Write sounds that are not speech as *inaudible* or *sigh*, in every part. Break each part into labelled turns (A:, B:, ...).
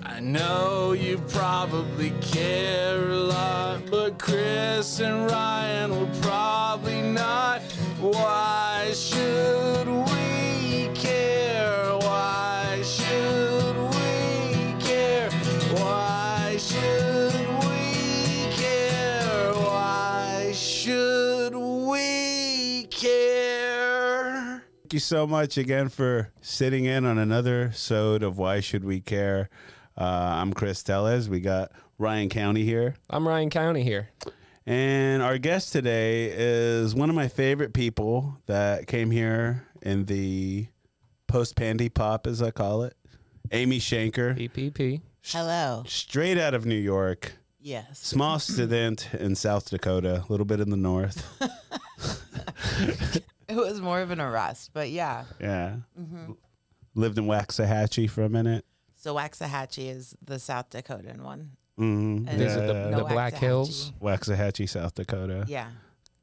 A: I know you probably care a lot, but Chris and Ryan will probably not. Why should we care? Why should we care? Why should we care? Why should we care?
B: Thank you so much again for sitting in on another sode of Why Should We Care. Uh, I'm Chris Tellez. We got Ryan County here.
C: I'm Ryan County here.
B: And our guest today is one of my favorite people that came here in the post pandy pop, as I call it. Amy Shanker,
C: PPP.
D: Hello.
B: straight out of New York,
D: Yes. *clears throat*
B: small student in South Dakota, a little bit in the north.
D: *laughs* It was more of an arrest, but yeah. Mm-hmm.
B: Yeah. Lived in Waxahachie for a minute.
D: So Waxahachie is the South Dakotan one.
B: Mm-hmm.
D: And
C: These are the,
D: No
C: the Black
D: Waxahachie.
C: Hills.
B: Waxahachie, South Dakota.
D: Yeah.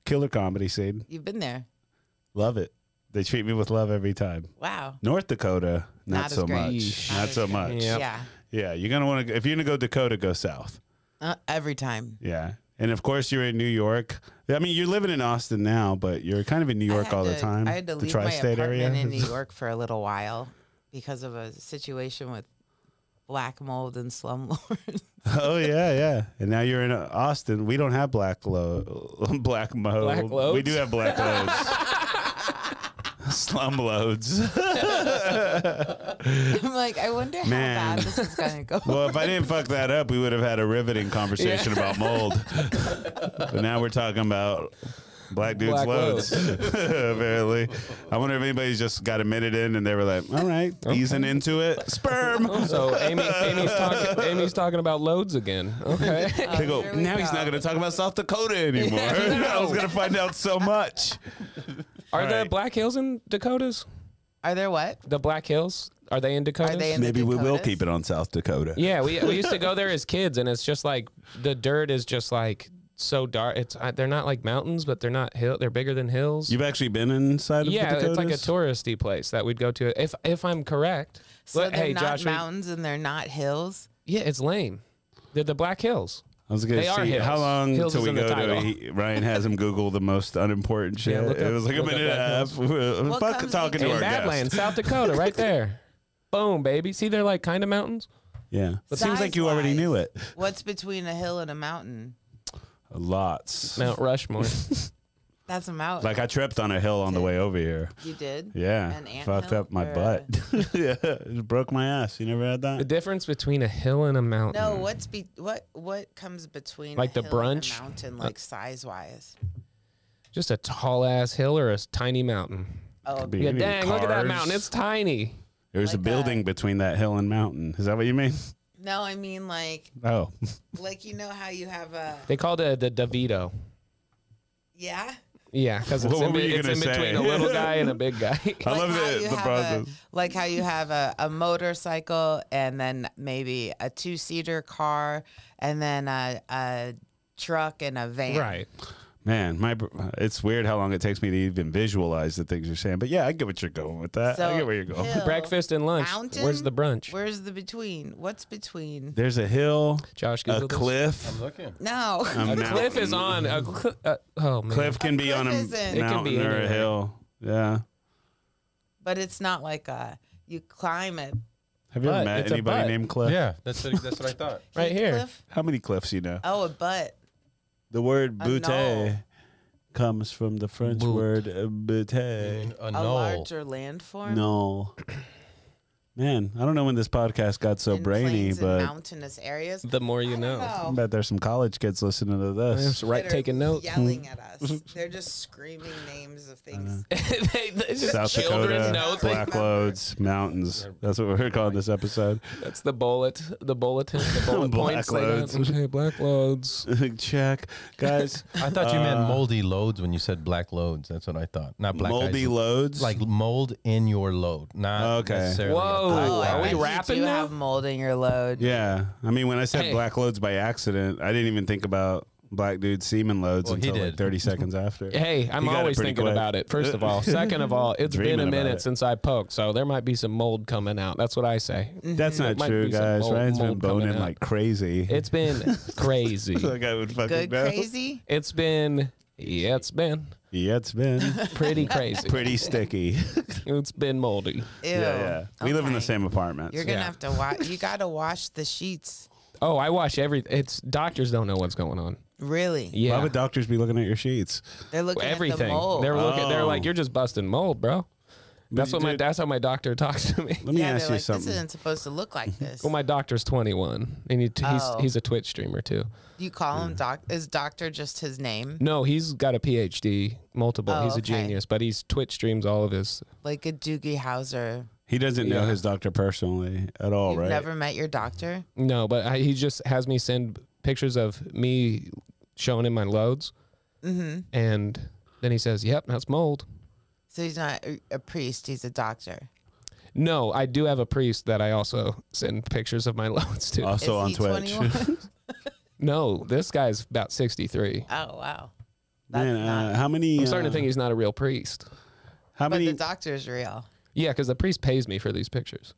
B: Killer comedy scene.
D: You've been there.
B: Love it. They treat me with love every time.
D: Wow.
B: North Dakota, not,
D: Not as
B: so
D: great.
B: much.
C: Yeesh.
B: Not,
D: Not as
B: so
D: great.
B: much.
C: Yep.
D: Yeah.
B: Yeah, you're gonna want to. If you're gonna go Dakota, go south.
D: Uh, every time.
B: Yeah, and of course you're in New York. I mean, you're living in Austin now, but you're kind of in New
D: I
B: York
D: had
B: all the
D: to-
B: time.
D: I had to
B: the
D: leave my
B: tri-state
D: apartment
B: area. *laughs*
D: in New York for a little while because of a situation with black mold and *laughs* slumlords.
B: oh yeah, yeah. And now you're in uh, Austin. We don't have black lo- *laughs* black mo.
C: Black
B: We
C: loads?
B: do have black
C: *laughs*
B: loads. Slum loads.
D: I'm like, I wonder how
B: Man.
D: bad this is gonna go.
B: *laughs* Well, if I didn't fuck that up, we would have had a riveting conversation about mold. but now we're talking about black dudes
C: Black
B: loads. *laughs* Apparently, I wonder if anybody's just got a minute in and they were like, "All right, easing into it,
C: *laughs*
B: sperm."
C: So Amy, Amy's talking. Amy's talking about loads again.
D: *laughs*
C: Okay.
B: They go,
D: here we
B: now he's
D: go."
B: not going to talk about South Dakota
C: *laughs*
B: anymore. *laughs* I was going to find out so much.
C: Are the
B: right.
C: Black Hills in Dakotas?
D: Are there what?
C: The Black Hills are they in Dakotas?
D: Are they in
B: Maybe
D: the
B: we will
D: Dakotas?
B: keep it on South Dakota.
C: yeah, we we used to go there as kids, and it's just like the dirt is just like so dark. It's uh, they're not like mountains, but they're not hill. They're bigger than hills.
B: You've actually been inside of
C: yeah,
B: the
C: it's like a
B: Dakotas?
C: touristy place that we'd go to. If if I'm correct,
D: So
C: But,
D: they're
C: hey
D: not
C: Josh, we-
D: mountains and they're not hills.
C: yeah, it's lame. They're the Black Hills.
B: I was gonna
C: They are
B: see
C: hills.
B: how long
C: Hills
B: till we
C: is in the
B: go to.
C: title.
B: He, Ryan has him Google the most unimportant shit.
C: *laughs* Yeah, look
B: it
C: up-
B: was like a
C: look up
B: minute and a *laughs*
C: that
B: half. Fuck
D: comes
B: talking to
C: In
B: our
C: Badlands,
B: guest.
C: South
B: *laughs*
C: Dakota, right there. Boom, baby. See, they're like kind of mountains.
B: Yeah, it seems like you already
D: Size-wise.
B: knew it.
D: What's between a hill and a mountain?
B: Lots.
C: Mount Rushmore.
D: That's a mountain.
B: Like I tripped on a hill on the way over here.
D: you did.
B: Yeah,
D: An ant
B: fucked
D: hill
B: up my
D: or a-
B: butt. *laughs* yeah, it broke my ass. You never had
C: *laughs* the
B: that.
C: difference between a hill and a mountain.
D: No, what's be what what comes between
C: Like
D: a
C: the
D: hill and a
C: brunch?
D: mountain,
B: Uh,
D: like size wise?
C: Just a tall ass hill or a s- tiny mountain.
D: Oh,
B: Could be
C: Yeah,
B: any
C: dang, look at that
B: cars.
C: mountain. It's tiny.
B: There's a
D: Like
B: building between that hill and mountain. Is that what you mean? *laughs*
D: no, I mean like
B: Oh,
D: like you know how you have a
C: They called it the DeVito.
D: yeah.
C: Yeah, because
B: What
C: it's, in,
B: were
C: be-
B: you
C: it's
B: gonna
C: in between
B: say?
C: a little guy and a big guy. *laughs*
B: I *laughs*
D: Like
B: love
D: how
B: the,
D: you
B: the
D: have
B: process.
D: A, like how you have a, a motorcycle and then maybe a two seater car and then a, a truck and a van.
C: right.
B: Man, my br- it's weird how long it takes me to even visualize the things you're saying. But yeah, I get what you're going with that. I
D: So,
B: get where you're going.
D: hill-
C: Breakfast and lunch.
D: Mountain?
C: Where's the brunch?
D: Where's the between? What's between?
B: There's a hill,
C: Josh
B: a
C: Google this.
B: cliff.
E: Looking.
B: *laughs*
D: No.
B: A
C: A
B: mountain.
C: cliff is on a cl- uh, oh man.
B: Cliff can
D: A
B: be on a
D: cliff isn't- It
B: mountain
D: can
C: be
B: or a
C: anywhere.
B: hill. Yeah.
D: but it's not like a you climb it.
B: Have you ever
C: Butt.
B: met
C: It's a
B: anybody
C: butt.
B: named Cliff?
E: Yeah, that's what, that's what
B: *laughs*
E: I thought.
C: right here.
D: cliff.
B: How many cliffs you know?
D: Oh, a butt.
B: The word
D: A
B: butte
D: knoll.
B: comes from the French
C: Boot.
B: word uh, butte.
E: An- A,
D: a
E: knoll.
D: larger landform.
B: No. Man, I don't know when this podcast got so
D: in
B: brainy,
D: plains and
B: but
D: mountainous areas.
C: The more you
D: I
C: know.
D: don't
B: I
D: know.
B: bet there's some college kids listening to this.
C: That's right.
D: That are
C: Taking notes. *laughs*
B: *laughs*
D: Yelling at us. They're just screaming names of things.
C: They- they just
B: South
C: children know
B: Dakota,
C: things.
B: Black Loads, Mountains. That's what we're calling this episode. *laughs*
C: That's the bullet. The bulletin. The bullet
B: Black
C: points. they
B: loads.
C: got. Okay, black loads.
B: Check. Guys,
E: I thought you meant
B: Uh,
E: moldy loads when you said black loads. That's what I thought. Not black
B: moldy
E: eyes.
B: loads.
E: Like mold in your load, not
B: Okay.
E: necessarily.
C: Whoa.
D: Oh,
C: Are
D: I
C: we
D: bet you
C: rapping
D: do
C: now?
D: have mold in your load.
B: Yeah, I mean, when I said
C: Hey.
B: black loads by accident, I didn't even think about black dude semen loads
E: Well, he
B: until like
C: *laughs*
E: did.
B: 30 seconds after.
C: Hey, I'm
B: You got it
C: always
B: pretty
C: thinking
B: quick.
C: about it. First
B: *laughs*
C: of all, second of all, it's been
B: Dreaming
C: a
B: about
C: minute
B: it.
C: since I poked, so there might be some mold coming out. That's what I say.
B: That's not
C: might
B: true,
C: be some
B: guys.
C: mold-
B: Ryan's been
C: mold coming
B: boning
C: out.
B: like crazy. *laughs*
C: It's been crazy.
B: like I would fucking
D: Good
B: know.
D: crazy.
C: It's been yeah, it's been
B: Yeah, it's been
C: *laughs* pretty crazy.
B: *laughs* pretty sticky.
C: It's been moldy.
D: Ew.
B: yeah, yeah. We live in the
D: Okay.
B: same apartment.
D: You're gonna
C: Yeah.
D: have to wash. You gotta wash the sheets.
C: Oh, I wash every. It's doctors don't know what's going on.
D: Really?
B: Why
C: Yeah,
B: would doctors be looking at your sheets?
D: They're looking at the
C: everything.
D: mold.
C: they're looking. They're
B: Oh.
C: like, you're just busting mold, bro. That's what my.
B: dude-
C: That's how my doctor *laughs* talks to me.
B: Let me
D: yeah,
B: ask
D: they're
B: you
D: like,
B: something.
D: This isn't supposed to look
C: *laughs*
D: like this.
C: Well, Oh my doctor's 21, and he, he's
D: Oh.
C: he's a Twitch streamer too.
D: you call him doc? Is doctor just his name?
C: No, he's got a PhD, multiple.
D: Oh,
C: he's a
D: okay.
C: genius, but he's Twitch streams all of his.
D: Like a Doogie Howser.
B: He doesn't know
C: Yeah.
B: his doctor personally at all,
D: You've
B: right?
D: never met your doctor?
C: No, but I, he just has me send pictures of me showing him my loads,
D: Mm-hmm.
C: and then he says, "Yep, that's mold."
D: So he's not a, a priest. He's a doctor.
C: No, I do have a priest that I also send pictures of my *laughs* loads to.
B: also
D: Is
B: on
D: he
B: Twitch. *laughs*
D: 21?
C: No, this guy's about 63.
D: oh wow. That's
B: Man,
D: not.
B: uh, how many?
C: I'm starting to
B: uh,
C: think he's not a real priest.
B: How
D: but the
B: many?
D: doctor's real.
C: Yeah, because the priest pays me for these pictures.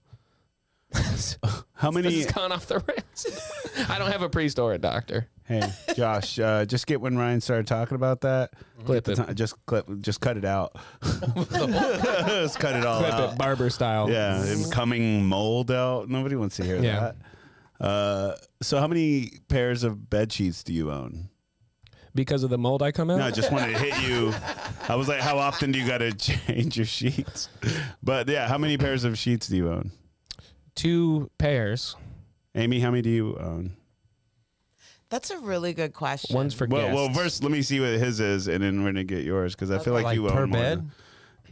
B: How
C: This
B: many?
C: has gone off the rails. *laughs* I don't have a priest or a doctor.
B: Hey, Josh, uh, just get when Ryan started talking about that.
C: Clip
B: The
C: it.
B: ti- just clip, just cut it
C: *laughs*
B: out. just cut it all
C: Clip
B: out.
C: it, barber style.
B: Uh, Yeah, and coming mold out. Nobody wants to hear
C: Yeah.
B: that. Uh, so, how many pairs of bed sheets do you own?
C: Because of the mold I come out?
B: No, I just wanted to hit you. I was like, how often do you got to *laughs* change your sheets? But yeah, how many pairs of sheets do you own?
C: Two pairs.
B: Amy, how many do you own?
D: That's a really good question.
C: One's for
B: Well,
C: guests. Uh,
B: well, first let me see what his is, and then we're gonna get yours because I feel like,
E: like
B: you
E: per
B: own more
E: bed,
B: than-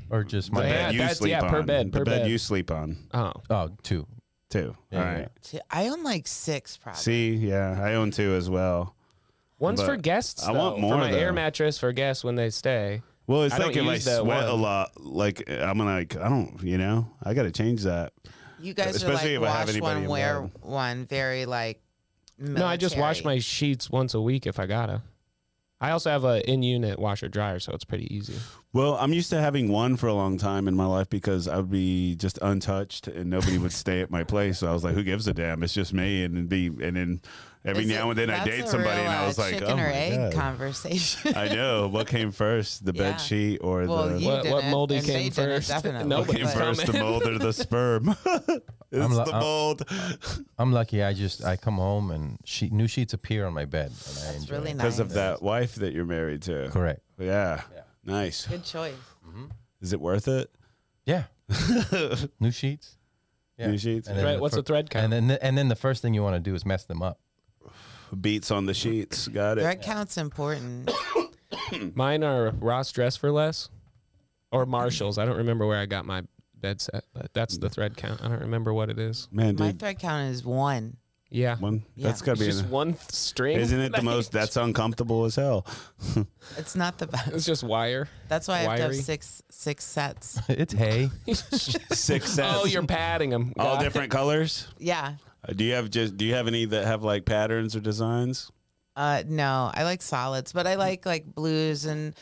E: or just
B: The
E: my
C: Yeah,
B: bed you
C: that's-
B: sleep
C: yeah,
B: on.
C: per bed,
B: the
C: per
B: bed,
C: bed.
B: you sleep on
C: Oh.
E: Oh, two.
B: too.
E: Yeah,
B: All
E: yeah.
B: right.
D: Two- I own like six probably.
B: See, yeah, I own two as well.
C: One's
B: But
C: for guests.
B: I want
C: though,
B: more,
C: For my air
B: though.
C: mattress for guests when they stay.
B: Well, it's
C: I
B: like if
C: don't
B: I
C: use the
B: sweat a
C: one.
B: lot, like I'm like I don't, you know, I got to change that.
D: You guys
B: Especially
D: are
B: if I have
D: like wash
B: anybody
D: one,
B: in
D: wear
B: bed.
D: one, very like.
C: No, I just wash
D: military.
C: my sheets once a week if I gotta. I also have a in-unit washer dryer, so it's pretty easy.
B: Well, I'm used to having one for a long time in my life because I would be just untouched and nobody would stay at my place. So I was like, who gives a damn? It's just me. And it'd be, and then every
D: Is
B: now
D: it-
B: and then I
D: that's
B: date
D: a
B: somebody
D: real,
B: and I
D: uh,
B: was like,
D: chicken
B: oh
D: or
B: my
D: egg
B: God.
D: conversation. *laughs*
B: I know what came first, the
D: Yeah.
B: bed sheet or
D: well,
B: the
D: you
C: What-
D: did
C: what
D: it,
C: moldy
D: and
C: came
D: they did it,
C: first? *laughs*
D: Definitely.
B: what
C: Nobody
B: came
C: Nobody's
B: first, the
C: coming.
B: mold or the
C: *laughs*
B: sperm? it's
E: lo-
B: the
E: I'm-
B: mold.
E: I'm lucky. I just I come home and she, new sheets appear on my bed. And I
D: That's
E: enjoy
D: really
E: it.
D: nice.
B: Because of that wife that you're married to.
E: Correct.
B: Yeah. Nice.
D: Good choice.
B: Is it worth it? *laughs*
E: Yeah. new sheets.
B: New sheets?
E: And then
C: Thread-
E: the
C: what's
E: fir-
C: the thread count?
E: And then the, and then the first thing you want to do is mess them up. *laughs*
B: Beats on the sheets. Got it.
D: Thread
B: *coughs*
D: count's important.
C: Mine are Ross Dress for Less or Marshalls. I don't remember where I got my bed set, but that's the thread count. I don't remember what it is.
B: Man,
D: My
B: dude.
D: thread count is one.
C: Yeah.
B: One.
D: Yeah.
B: That's got
C: It's
B: to be.
C: just
B: in-
C: one th- string.
B: Isn't it the most? That's uncomfortable as hell.
D: It's not the best.
C: It's just wire.
D: That's why I have to have
C: wiry.
D: six six sets.
E: it's hay.
B: Six sets.
C: *laughs* oh, you're padding them.
B: all different colors.
D: Yeah.
B: Uh, Do you have just? Do you have any that have like patterns or designs?
D: Uh, no, I like solids, but I like like blues and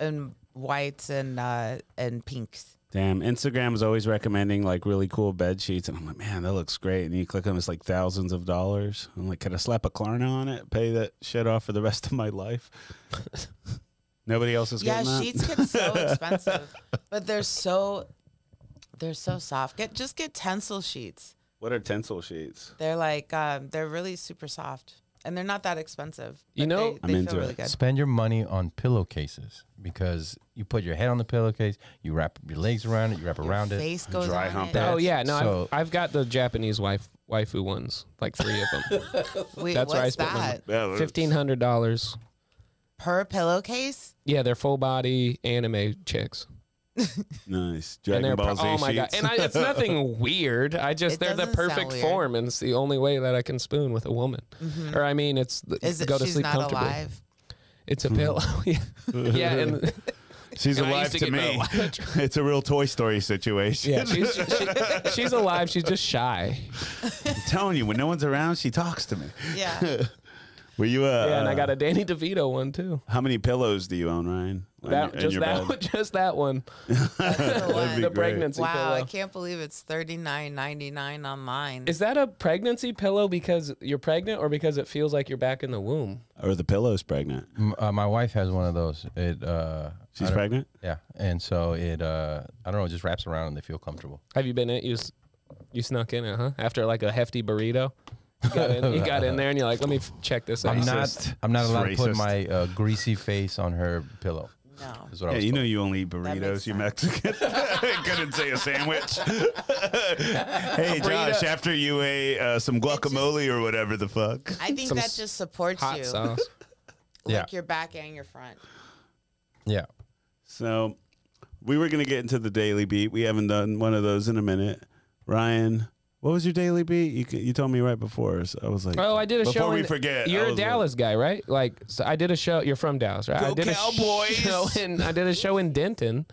D: and whites and uh and pinks.
B: Damn, Instagram is always recommending like really cool bed sheets, and I'm like, man, that looks great. And you click on it's like thousands of dollars. I'm like, can I slap a Klarna on it? Pay that shit off for the rest of my
C: *laughs*
B: life. Nobody else is
D: Yeah,
B: getting that.
D: sheets get
C: *laughs*
D: so expensive, but they're so they're so soft. Get just get tensile sheets.
B: What are tensile sheets?
D: They're like um, they're really super soft, and they're not that expensive.
C: You
D: but
C: know-
D: they,
B: I'm
D: they
B: into
D: feel really
B: it.
D: good.
E: Spend your money on pillowcases because you put your head on the pillowcase, you wrap your legs around it, you wrap around it.
D: Face goes
B: Dry
D: on
B: hump
D: it.
C: Oh
E: That's-
C: yeah, no,
E: so-
C: I've, I've got the Japanese wife waifu ones, like three of
B: *laughs*
C: them.
D: Wait,
C: That's
D: what's
C: where I spent my
D: that?
B: Yeah,
C: Fifteen hundred dollars.
D: Per pillowcase?
C: Yeah, they're full body anime chicks.
B: Nice. Dragon Ball Z
C: pro- oh my god!
B: sheets.
C: And
B: *laughs*
C: I, it's nothing weird. I just
D: It
C: they're the
D: doesn't sound
C: perfect
D: weird. Mm-hmm.
C: form, and it's the only way that I can spoon with a woman. Or I mean, it's the,
D: Is it
C: go to
D: she's
C: sleep
D: not
C: comfortably. *laughs*
D: alive?
C: It's a pillow. *laughs*
B: *laughs*
C: yeah, yeah, and
B: She's
C: and I
B: alive
C: used
B: to,
C: to
B: *laughs*
C: get
B: me.
C: that
B: it's a real Toy Story situation. *laughs*
C: yeah. She's, she, she's alive. She's just shy.
B: I'm telling you, when no one's around, she talks to me.
D: Yeah.
B: Were you? Uh,
C: yeah, and I got a Danny DeVito one too.
B: How many pillows do you own, Ryan? on your-
C: That
B: in
C: just
B: your
C: that one, *laughs*
B: bed?
C: just that one.
D: That's the
B: That'd
D: one.
B: be
C: the
B: great.
C: pregnancy
D: Oh, Wow, I
C: pillow.
D: can't believe it's thirty nine ninety nine online.
C: Is that a pregnancy pillow because you're pregnant or because it feels like you're back in the womb?
B: Or the pillow's pregnant.
E: M- uh, my wife has one of those. It uh,
B: She's
E: I don't-
B: pregnant.
E: Yeah, and so it uh, I don't know, it just wraps around and they feel comfortable.
C: Have you been in it? You, s- you snuck in it, huh? After like a hefty burrito? You got in, you got in there and you're like, let me f- check this out.
E: I'm not I'm not
B: It's
E: allowed to put
B: racist.
E: my uh, greasy face on her pillow.
D: no.
E: Is what I
B: Yeah,
E: was
B: you know
E: told.
B: you only eat
D: makes
B: burritos, you
D: sense.
B: Mexican. *laughs* Couldn't say a
D: *laughs*
B: sandwich. hey, Josh, after you ate uh, some guacamole or whatever the fuck.
D: I think
C: Some
D: that
C: s-
D: just supports
C: Hot
D: you,
C: sauce.
D: *laughs* like
E: Yeah.
D: your back and your front.
E: Yeah.
B: So we were going to get into the daily beat. We haven't done one of those in a minute. Ryan, what was your daily beat? You, c- you told me right before. So I was like,
C: Oh, I did a show.
B: Before we
C: in-
B: forget, I
C: you're a
B: was
C: Dallas guy, right? Like, so I did a show. You're from Dallas, right?
B: Go
C: I did *laughs*
B: Cowboys!
C: A show in, I did a show in Denton.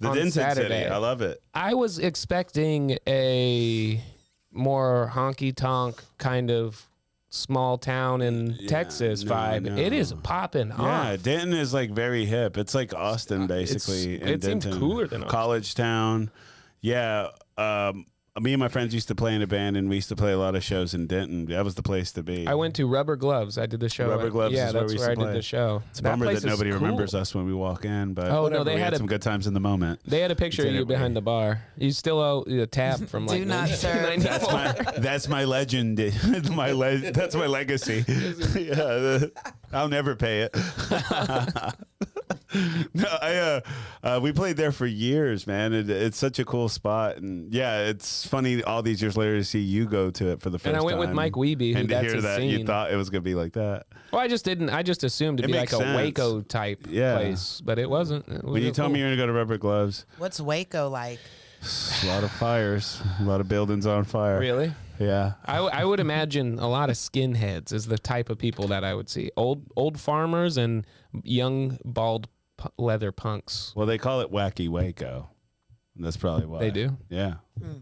B: the
C: on
B: Denton City.
C: Saturday.
B: I love it.
C: I was expecting a more honky tonk kind of small town in Texas
B: no,
C: vibe.
B: no.
C: It is popping off. Uh,
B: Yeah, Denton is like very hip. It's like Austin, basically. in
C: it seems
B: Denton.
C: cooler than Austin.
B: college town. Yeah, um, me and my friends used to play in a band, and we used to play a lot of shows in Denton. That was the place to be.
C: I went to Rubber Gloves. I did the show.
B: Rubber
C: at-
B: Gloves
C: Yeah,
B: is where
C: that's
B: we used
C: where,
B: to
C: I
B: play.
C: did the show.
B: It's a bummer
C: place
B: that
C: is
B: nobody
C: cool.
B: remembers us when we walk in, but
C: Oh, no,
B: whatever,
C: they
B: we
C: had
B: had
C: a-
B: some good times in the moment.
C: They had a picture of you
B: Didn't we?
C: behind the bar. You still owe a tab from like
D: Do not
C: 19-
D: serve.
C: 94.
B: That's my, that's my legend. *laughs* my le- that's my legacy. *laughs* yeah, the- I'll never pay it. *laughs* no, I uh, uh, we played there for years, man. It, it's such a cool spot, and yeah, it's funny all these years later to see you go to it for the first time.
C: I went with Mike Wiebe, who
B: and to
C: that's
B: hear
C: his
B: that you
C: scene.
B: thought it was gonna be like that.
C: Well, I just didn't. I just assumed to
B: It
C: be like
B: makes sense.
C: a Waco type
B: Yeah.
C: place, but it wasn't. It was
B: When you
C: cool.
B: told me you're gonna go to Rubber Gloves,
D: What's Waco like?
B: a lot of fires, a lot of buildings on fire.
C: really,
B: Yeah.
C: I, w- I would imagine a lot of skinheads is the type of people that I would see. Old old farmers and young bald p- leather punks.
B: Well, they call it Wacky Waco. And that's probably why
C: They do.
B: Yeah.
C: A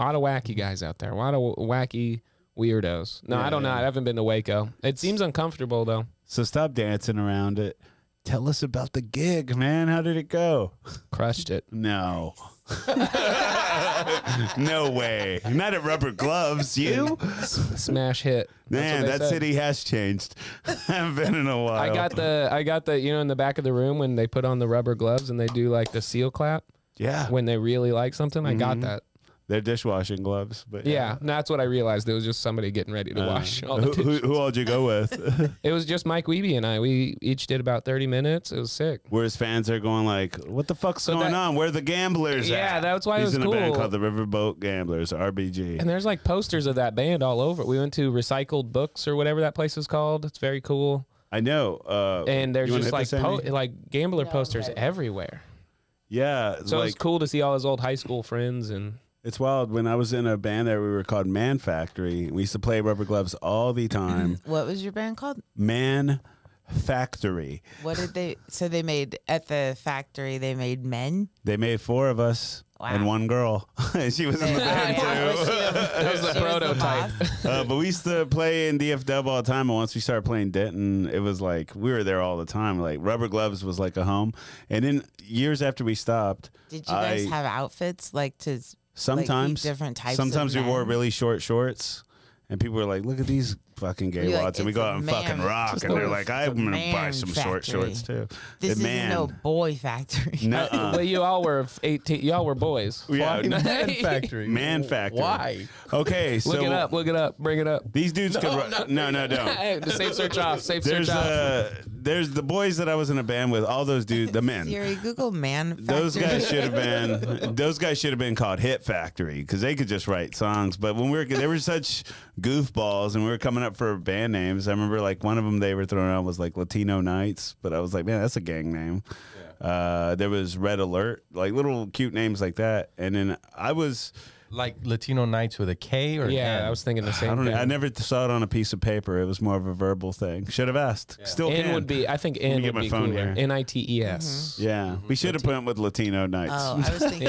C: lot of wacky guys out there. A lot of w- wacky weirdos. No, I don't know. I haven't been to Waco. It seems uncomfortable though.
B: So stop dancing around it. Tell us about the gig, man. How did it go?
C: Crushed it.
B: No. *laughs* no way. Not at rubber gloves, you?
C: Smash hit. That's
B: Man,
C: what they
B: that
C: said.
B: city has changed. *laughs* Haven't been in a while.
C: I got the I got the you know in the back of the room when they put on the rubber gloves and they do like the seal clap
B: Yeah.
C: when they really like something. I
B: Mm-hmm.
C: got that.
B: They're dishwashing gloves, but
C: Yeah, and that's what I realized. It was just somebody getting ready to wash all the
B: Uh, Who, who,
C: dishes.
B: who all'd you go
C: *laughs*
B: with?
C: It was just Mike Wiebe and I. We each did about thirty minutes. It was sick.
B: Where his fans are going like, "What the fuck's going
C: that-
B: on? Where the gamblers at?"
C: Yeah, that's why it
B: He's
C: was
B: in a band
C: cool.
B: called the Riverboat Gamblers, RBG.
C: And there's like posters of that band all over. We went to Recycled Books or whatever that place is called. It's very cool.
B: I know. Uh,
C: And there's
B: you wanna
C: just
B: hit
C: like
B: this,
C: po-
B: Andy?
C: like gambler
D: No,
C: posters
D: okay.
C: everywhere.
B: yeah.
C: So it was
B: like,
C: cool to see all his old high school friends and
B: It's wild. When I was in a band there, we were called Man Factory. We used to play rubber gloves all the
D: *clears throat*
B: time.
D: What was your band called?
B: Man Factory.
D: What did they? So they made at the factory. They made
B: *laughs*
D: men.
B: They made four of us
D: Wow.
B: and one girl. *laughs* she was in the band *laughs* too.
D: That
C: was the prototype.
B: Uh, but we used to play in DF Dub all the time. And once we started playing Denton, it was like we were there all the time. Like rubber gloves was like a home. And then years after we stopped,
D: Did you guys
B: I-
D: have outfits like to?
B: Sometimes
D: different types of
B: Sometimes we wore
D: men?
B: really short shorts, and people were like, "Look at these fucking gay
D: You're like,
B: wads," and we
D: "It's
B: go
D: a
B: out and
D: man-
B: fucking rock.
D: just
B: And
D: a
B: they're like, "I'm gonna buy
D: man
B: some short
D: factory.
B: shorts too." The
D: This isn't
B: man,
D: no boy factory.
B: *laughs* Nuh-uh.
C: *laughs* well, you all were eighteen. Y'all were boys.
B: *laughs* Yeah,
D: *laughs*
E: Man
C: *laughs*
E: factory.
B: man factory.
E: Why?
B: Okay, so
C: Look it up. Look it up. Bring it up.
B: these dudes could. ru- no, no, don't.
C: *laughs* Hey, the safe search off. Safe
B: There's
C: search off.
B: uh, there's the boys that I was in a band with. All those dudes, the
D: *laughs*
B: men.
D: *laughs* Siri, Google man.
B: Those
D: factory.
B: guys should have
C: *laughs*
B: been. Those guys should have been called Hit Factory because they could just write songs. But when we were, they were such goofballs, and we were coming up for band names. I remember like one of them they were throwing out was like Latino Nights, but I was like, man, that's a gang name. Uh, there was Red Alert, like little cute names like that. And then I was
E: like Latino Nights with a K or an
C: yeah,
E: N?
C: I was thinking the
B: *sighs*
C: same
B: I don't.
C: thing.
B: know. I never saw it on a piece of paper. It was more of a verbal thing. Should have asked. Still
C: N
B: can.
C: would be. I think
B: me
C: N
B: get
C: would
B: my
C: be
B: phone
C: cooler.
B: here.
C: N i t e s.
B: Yeah,
C: Mm-hmm.
B: we should have put him with Latino nights.
D: Oh, I
B: *laughs*
D: was thinking *laughs*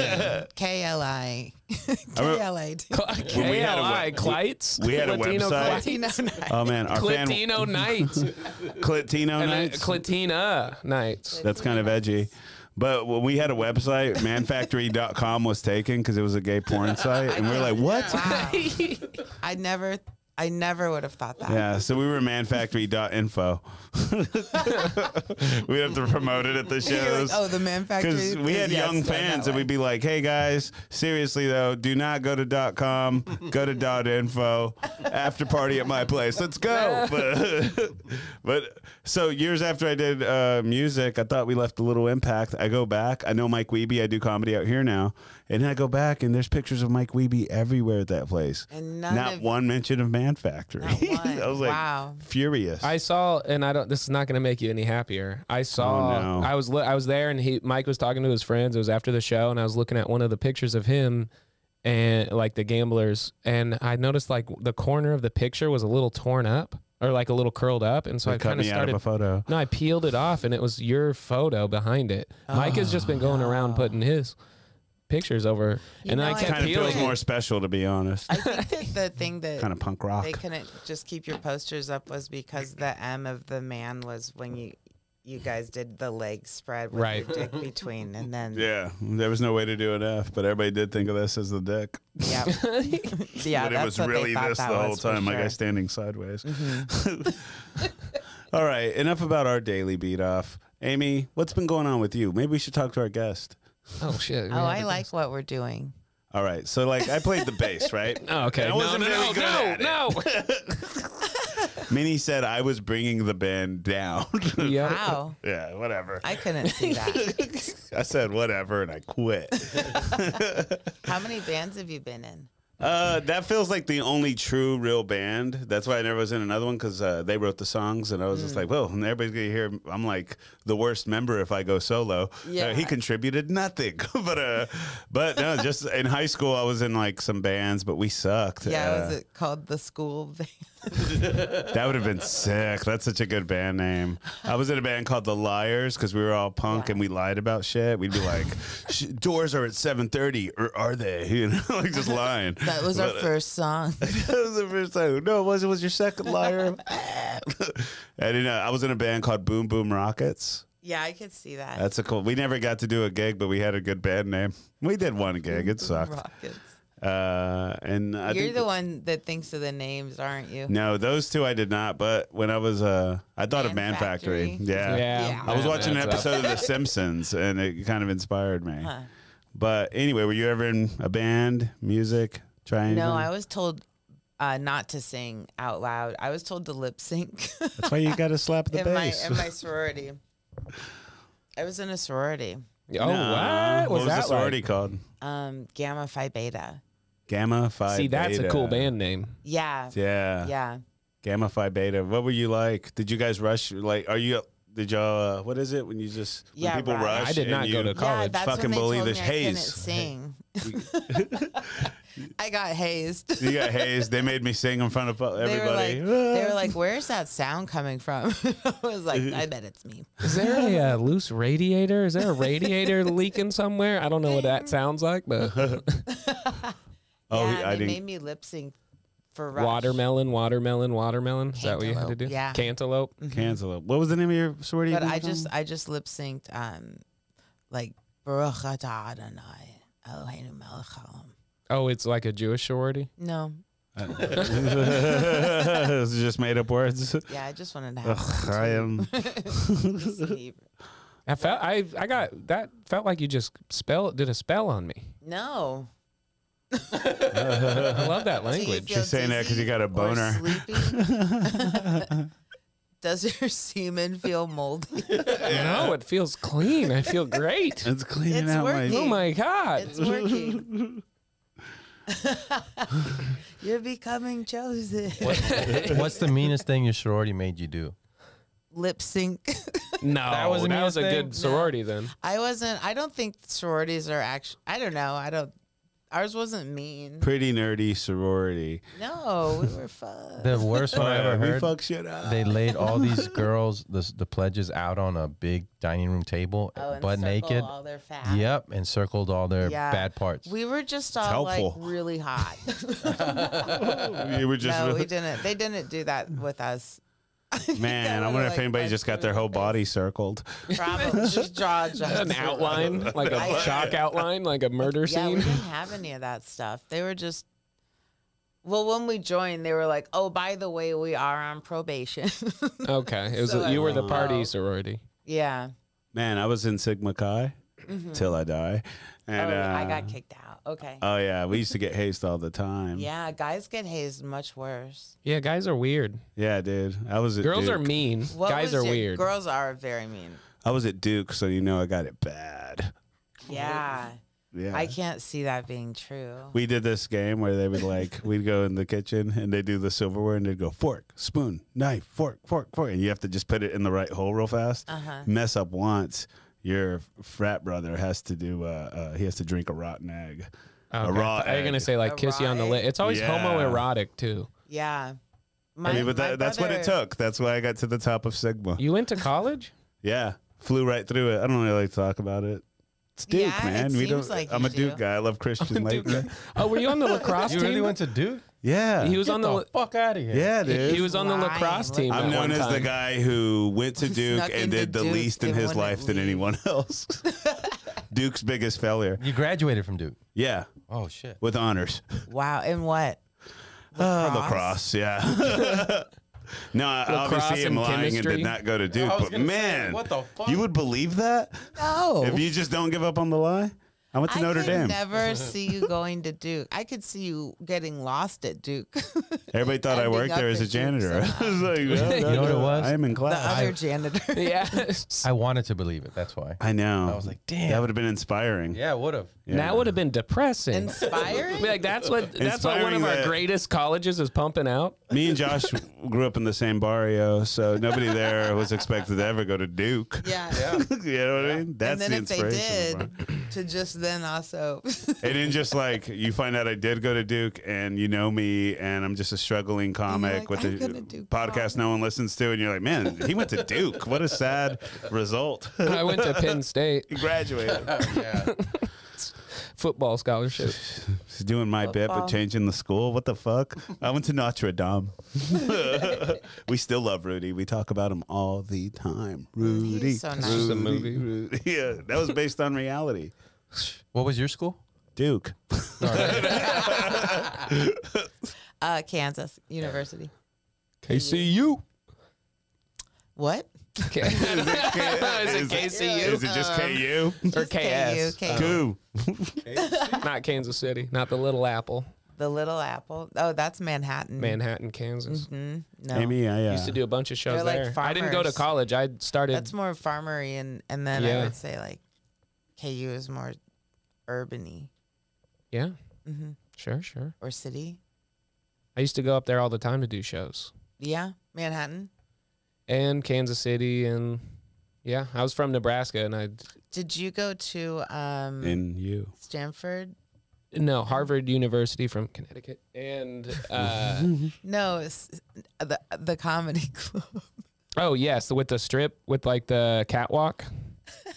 D: KLI. KLI.
B: When we had a
C: K-L-I,
B: we-
C: Clites.
B: we had a
C: Latino
B: website.
D: Latino
C: Clites.
D: night.
B: Oh man, our fan *laughs*
C: Clitino Nights.
B: Clitino
C: And then
B: nights.
C: Clitina Nights.
B: That's kind of edgy. But when we had a website, manfactory.com was taken because it was a gay
D: *laughs*
B: porn site, and we were like, "What?"
D: Wow. *laughs* I never, I never would have thought that.
B: Yeah, so we were manfactory.info. *laughs* We'd have to promote it at the
D: *laughs* You're like,
B: shows.
D: oh, the man factory.
B: Because we had
D: Yes,
B: young
D: went uh, that
B: fans, and
D: way.
B: we'd be like, "Hey guys, seriously though, do not go to .com, go to dot .info. After party at my place, let's go." but, *laughs* but so years after I did uh, music, I thought we left a little impact. I go back. I know Mike Wiebe. I do comedy out here now, and then I go back, and there's pictures of Mike Wiebe everywhere at that place.
D: And none
B: not
D: of-
B: one mention of Man Factory. *laughs*
D: Not one.
B: I was like
D: Wow.
B: furious.
C: I saw, and I don't. This is not going to make you any happier. I saw.
B: Oh, no.
C: I was. Li- I was there, and he Mike was talking to his friends. It was after the show, and I was looking at one of the pictures of him, and like the gamblers, and I noticed like the corner of the picture was a little torn up, or like a little curled up, and so I
B: They cut
C: kind of
B: me out of
C: started.
B: a photo.
C: No, I peeled it off, and it was your photo behind it. Mike has just been going around putting his pictures over,
D: You
C: and then
D: know,
C: I
D: I
C: kept
B: Kind of
C: peeling.
B: feels
D: appealing.
C: it.
B: more special, to be honest.
D: I think that
B: *laughs*
D: the thing that
B: Kind of punk rock.
D: they couldn't just keep your posters up was because the M of the man was when you you guys did the leg spread with
C: Right.
D: your dick between, and then
B: *laughs* Yeah, there was no way to do an F, but everybody did think of this as the dick.
D: yeah, *laughs* yeah.
B: but
D: that's
B: it was
D: what they
B: really
D: thought
B: this the
D: that
B: whole
D: was for
B: time, like I
D: sure. Mm-hmm.
B: standing sideways. *laughs* All right, enough about our daily beat off. Amy, what's been going on with you? Maybe we should talk to our guest.
C: Oh shit!
D: Oh, I like what we're doing.
B: All right, so like I played the
D: *laughs*
B: bass, right?
C: Oh, okay.
B: And I
C: No,
B: wasn't
C: no,
B: really
C: no,
B: good at it.
C: no, *laughs* no.
B: Minnie said I was bringing the band down. *laughs*
C: Yep.
D: Wow,
B: yeah, whatever. I,
D: I couldn't see that.
B: said whatever, and I quit.
D: How many bands have you been in?
B: uh, that feels like the only true real band. That's why I never was in another one because uh, they wrote the songs, and I was
D: Mm.
B: just like, well, and everybody's gonna hear. I'm like the worst member if I go solo.
D: Yeah.
B: Uh, he contributed nothing, *laughs* but uh, but no, just in high school I was in like some bands, but we sucked.
D: Yeah,
B: Uh,
D: was it called the school? Band? *laughs*
B: That would have been sick. That's such a good band name. I was in a band called The Liars because we were all punk and we lied about shit. We'd be like, "Sh- "Doors are at 7:30, or are they?" *laughs* You know, like just lying. uh,
D: That
B: *laughs*
D: was our first song. *laughs*
B: that was the first time. No, it was it was your second liar. *laughs* I didn't know. I was in a band called Boom Boom Rockets.
D: Yeah, I could see that.
B: That's a cool. We never got to do a gig, but we had a good band name. We did one gig. It sucked.
D: Rockets.
B: Uh, and I
D: You're
B: think
D: the one that thinks of the names, aren't you?
B: No, those two I did not. But when I was, uh, I thought of Man
D: Man
B: Factory.
D: Factory.
B: Yeah.
D: Yeah.
B: I was
C: Man,
B: watching an
C: that's up.
B: episode of The Simpsons, and it kind of inspired me. But anyway, were you ever in a band, music, trying?
D: No, I was told uh, not to sing out loud. I was told to lip sync *laughs*
B: That's why you got to slap *laughs* the
D: in my
B: bass.
D: in my sorority. I was in a sorority,
C: Oh,
B: Nah.
C: what?
B: What was
C: that
B: the sorority
C: like?
B: called?
D: um, Gamma Phi Beta.
B: Gamma Phi.
C: See, that's a
B: Beta.
C: cool band name.
D: Yeah,
B: Yeah.
D: yeah.
B: Gamma Phi Beta. What were you like? Did you guys rush? Like, are you? Did y'all? Uh, what is it when you just? when
D: Yeah,
B: people
D: right.
B: rush.
C: I did
B: and
C: not go
B: you-
C: to College.
D: yeah, that's
B: Fucking
D: when they
B: believe
D: told me
B: this
D: I couldn't
B: haze.
D: sing. *laughs* I got hazed.
B: *laughs* You got hazed. They made me sing in front of
D: They were
B: everybody.
D: like, they
B: *laughs*
D: were like, "Where's that sound coming from?" *laughs* I was like, "I bet it's me."
C: Is there a uh, loose radiator? Is there a *laughs* radiator leaking somewhere? I don't know what that sounds like, *laughs* but
B: oh,
D: yeah,
B: I
D: they
B: didn't.
D: made me lip sync for Rush.
C: watermelon, watermelon, watermelon. Is that what you had to
D: Cantaloupe,
C: do?
D: yeah.
C: Cantaloupe.
B: Cancel it. What was the name of your sorority?
D: But
B: again,
D: I
B: Tom? *laughs*
D: just I just lip synced um like Baruch Atah Adonai Eloheinu Melech Haolam.
C: Oh, it's like a Jewish sorority.
D: No,
B: It's just made up words. *laughs*
D: yeah, I just wanted to have
B: Ugh, I am.
D: some Hebrew.
C: I felt I I got that felt like you just spell did a spell on me.
D: No,
C: I love
D: *laughs*
C: that
D: Do you
C: language.
D: feel
B: She's saying that 'cause you
D: dizzy
B: got a
D: or
B: boner. *laughs*
D: sleepy? *laughs* Does your semen feel moldy?
C: No, it feels clean. I feel great.
B: It's cleaning
D: *laughs* It's
B: out
D: working.
B: my.
C: Oh my god.
D: It's working. *laughs* You're becoming chosen.
E: *laughs* What's the meanest thing your sorority made you do?
D: Lip sync.
C: *laughs*
D: *laughs*
C: No,
E: That
C: that
E: was
C: was,
E: a mean
C: a
E: thing?
C: good sorority then.
D: I wasn't. I don't think sororities are actually. I don't know. I don't Ours wasn't mean.
B: Pretty nerdy sorority.
D: No, we
E: *laughs*
D: were fucked.
E: The
B: *laughs*
E: worst one I ever
B: we
E: heard.
B: fuck shit up.
E: They laid
D: *laughs*
E: all these girls, the, the pledges, out on a big dining room table,
D: Oh, and
E: butt
D: circle
E: naked.
D: All their fat.
E: Yep, and circled all their
D: Yeah.
E: bad parts.
D: We were just all like
B: helpful. *laughs*
D: really hot.
B: *laughs* you were just
D: no,
B: really-
D: we didn't. They didn't do that with
E: *laughs*
D: us. *laughs*
B: man. I wonder if
D: like,
B: anybody
D: punch
B: just
D: you
B: got their
D: in the
B: whole
D: face.
B: body circled.
D: Probably just jaw just
C: An outline, like
D: *laughs*
C: a
D: I-
C: chalk outline, like a murder
D: Yeah, we
C: scene.
D: didn't have any of that stuff. They were just. Well, when we joined, they were like, "Oh, by the way, we are on probation."
C: *laughs*
D: *laughs*
C: Okay, it was
D: So
C: you
D: I
C: were the
D: don't
C: party
D: know.
C: sorority.
D: yeah, Mm-hmm.
B: Man, I was in Sigma Chi till I die, and
D: oh, I
B: uh,
D: got kicked out. Okay.
B: Oh yeah, we used to get hazed all the time.
D: yeah, guys get hazed much worse.
C: Yeah, guys are weird.
B: yeah, dude. I was at
C: Girls
B: Duke.
C: are mean.
D: What
C: guys
D: was
C: are
D: your-
C: weird.
D: Girls are very mean.
B: I was at Duke, so you know I got it bad.
D: Yeah,
B: Yeah,
D: I can't see that being true.
B: we did this game where they would like *laughs* we'd go in the kitchen and they do the silverware and they'd go fork, spoon, knife, fork, fork, fork, and you have to just put it in the right hole real fast.
D: Uh-huh.
B: Mess up once, your frat brother has to do. Uh, uh, he has to drink a rotten egg. A
C: Okay.
B: raw
C: Are you gonna
B: egg.
C: say like
D: A
C: kiss
D: raw
C: you on the
D: egg?
C: lip? It's always
B: Yeah.
C: homoerotic too.
D: Yeah. My,
B: I mean, but
D: my
B: that, that's what it
D: brother-
B: took. That's why I got to the top of Sigma.
C: You went to college?
B: Yeah, flew right through it. I don't really like to talk about it. It's Duke,
D: Yeah, it
B: man. we
D: seems
B: don't.
D: like
B: I'm
D: you
B: a Duke
D: do.
B: guy. I love Christian Laettner.
C: *laughs* Oh, were you on the lacrosse
E: *laughs* you
C: team?
E: really went to Duke?
B: Yeah,
C: he was
E: Get
C: on
E: the,
C: the. la-
E: fuck out of here.
B: yeah, dude.
C: He was on the
D: lying.
C: lacrosse
D: Look
C: team.
D: at
B: I'm
C: at
B: known
C: one
B: as the
C: *laughs* time.
B: guy who went to Duke
D: Snuck
B: and
D: into
B: did the
D: Duke
B: least in
D: and
B: his
D: wouldn't
B: life than
D: leave.
B: anyone else. Duke's biggest failure.
E: You graduated from Duke.
B: Yeah,
E: Oh shit.
B: with honors.
D: Wow. And what?
B: Uh, lacrosse,
D: Lacrosse?
B: yeah. *laughs* no, I obviously am
C: and
B: lying and
C: chemistry?
B: did not go to Duke.
E: I was
B: But
E: gonna say,
B: man,
E: what the fuck?
B: You would believe that
D: No.
B: if you just don't give up on the lie. I went to
D: I
B: Notre
D: could
B: Dame. *laughs*
D: never see you going to Duke. I could see you getting lost at Duke. *laughs* the
B: Everybody thought I
D: ending
B: worked
D: up
B: there as
D: at
B: a
D: Duke
B: janitor. *laughs* I was like,
E: *laughs*
B: no, no,
E: know what it
B: no,
E: was?
B: I am in class.
C: *laughs*
D: other *laughs* janitor.
C: Yes.
E: I wanted to believe it. That's why.
B: I know.
E: I was like, damn.
B: That would have been inspiring.
E: yeah, would have.
B: Yeah.
C: That would have been depressing.
D: Inspiring?
C: Be like that's what that's what one
B: Inspiring
C: of our
B: that-
C: greatest colleges is pumping out.
B: Me
E: *laughs*
B: and Josh grew up in the same barrio, so nobody there was expected to ever go to Duke.
D: yeah.
B: *laughs* you know what I mean?
D: And
B: That's
D: then
B: the
D: if they
B: inspiration.
D: did,
B: part.
D: to just then also. *laughs*
B: And then just like you find out I did go to Duke and you know me and I'm just a struggling comic
D: like,
B: with
D: "I'm
B: a
D: gonna do
B: podcast no one listens to and you're like, man, he went to Duke. What a sad
E: *laughs*
B: result.
C: I went to Penn State
B: he graduated.
E: *laughs* Yeah.
C: football scholarship.
B: He's doing my bit, but
D: Football.
B: changing the school. What the fuck? I went to Notre
D: *laughs*
B: Dame. we still love Rudy. We talk about him all the time. Rudy.
D: so nice. It's
B: Rudy,
D: just
C: a movie.
B: Rudy. *laughs* Yeah, that was based on reality.
E: what was your school?
C: *laughs*
B: Duke.
D: uh, Kansas University.
C: KCU.
D: What?
C: Okay. *laughs* is it KCU
B: Is it
C: Um,
B: just KU?
C: *laughs* or Uh, KS?
D: KU, KU.
B: Goo.
C: Not Kansas City. Not the Little Apple.
D: The Little Apple. Oh, that's Manhattan. Mm-hmm.
C: Manhattan, Kansas.
D: no.
B: Amy, I uh,
C: Used to do a bunch of shows
D: They're like
C: there. I didn't go to
D: farmers.
C: college. I started.
D: That's more farmery, and and then
C: Yeah.
D: I would say like, KU is more urbany
C: yeah. Sure, sure.
D: or city.
C: I used to go up there all the time to do shows.
D: Yeah, Manhattan.
C: and Kansas City and yeah, I was from Nebraska and I
D: Did you go to um,
B: in you.
D: Stanford?
C: no Harvard University from Connecticut and
D: *laughs*
C: uh,
D: No, it's the the comedy *laughs* club.
C: oh yes with the strip with like the catwalk,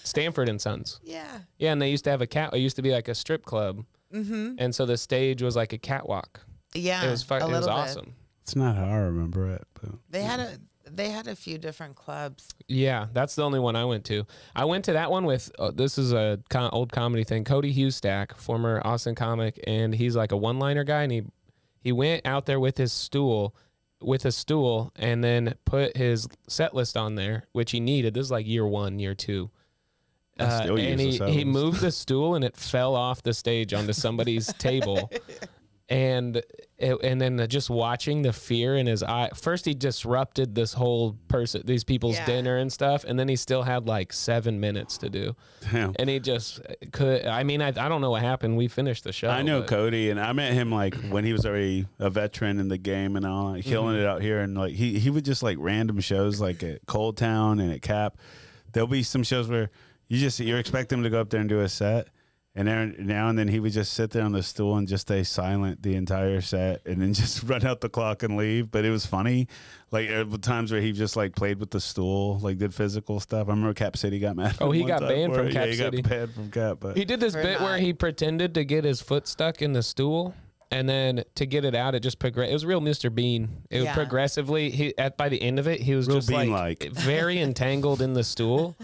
C: Stanford and Sons
D: Yeah.
C: yeah and they used to have a cat it used to be like a strip club
D: Mm-hmm.
C: and so the stage was like a catwalk
D: Yeah.
C: it was
D: a
C: fun it was
D: little bit.
C: awesome
B: It's not how I remember it, but
D: They had a
B: Mm-hmm.
D: they had a few different clubs.
C: yeah that's the only one I went to I went to that one with uh, this is a con- old comedy thing Cody Hustak former Austin comic and he's like a one liner guy and he he went out there with his stool with a stool and then put his set list on there which he needed this is like year one year two Uh,
B: I still use
C: and
B: the
C: he,
B: set
C: he
B: list.
C: moved
B: *laughs*
C: the stool and it fell off the stage onto somebody's table and it- and then just watching the fear in his eye first he disrupted this whole person these people's
D: Yeah.
C: dinner and stuff and then he still had like seven minutes to do
B: damn.
C: and he just could i mean i, I don't know what happened we finished the show
B: I know
C: but-
B: Cody, and I met him like when he was already a veteran in the game and all, like, killing
C: Mm-hmm.
B: it out here. And like he he would just like random shows like at Cold Town and at Cap. There'll be some shows where you just you expect him to go up there and do a set, And then now and then he would just sit there on the stool and just stay silent the entire set, and then *laughs* just run out the clock and leave. But it was funny, like there were times where he just like played with the stool, like did physical stuff. I remember Cap City got mad. at
C: Oh,
B: him
C: he
B: one
C: got
B: time
C: banned
B: for
C: from
B: it.
C: Cap
B: yeah, He
C: City.
B: got banned from Cap, but
C: He did this
D: For
C: bit where
D: not-
C: he pretended to get his foot stuck in the stool, and then to get it out, it just progressed. It was real Mr. Bean. It
D: Yeah.
C: would progressively. He at by the end of it, he was
B: Real
C: just like,
B: bean-like. *laughs*
C: very entangled in the stool,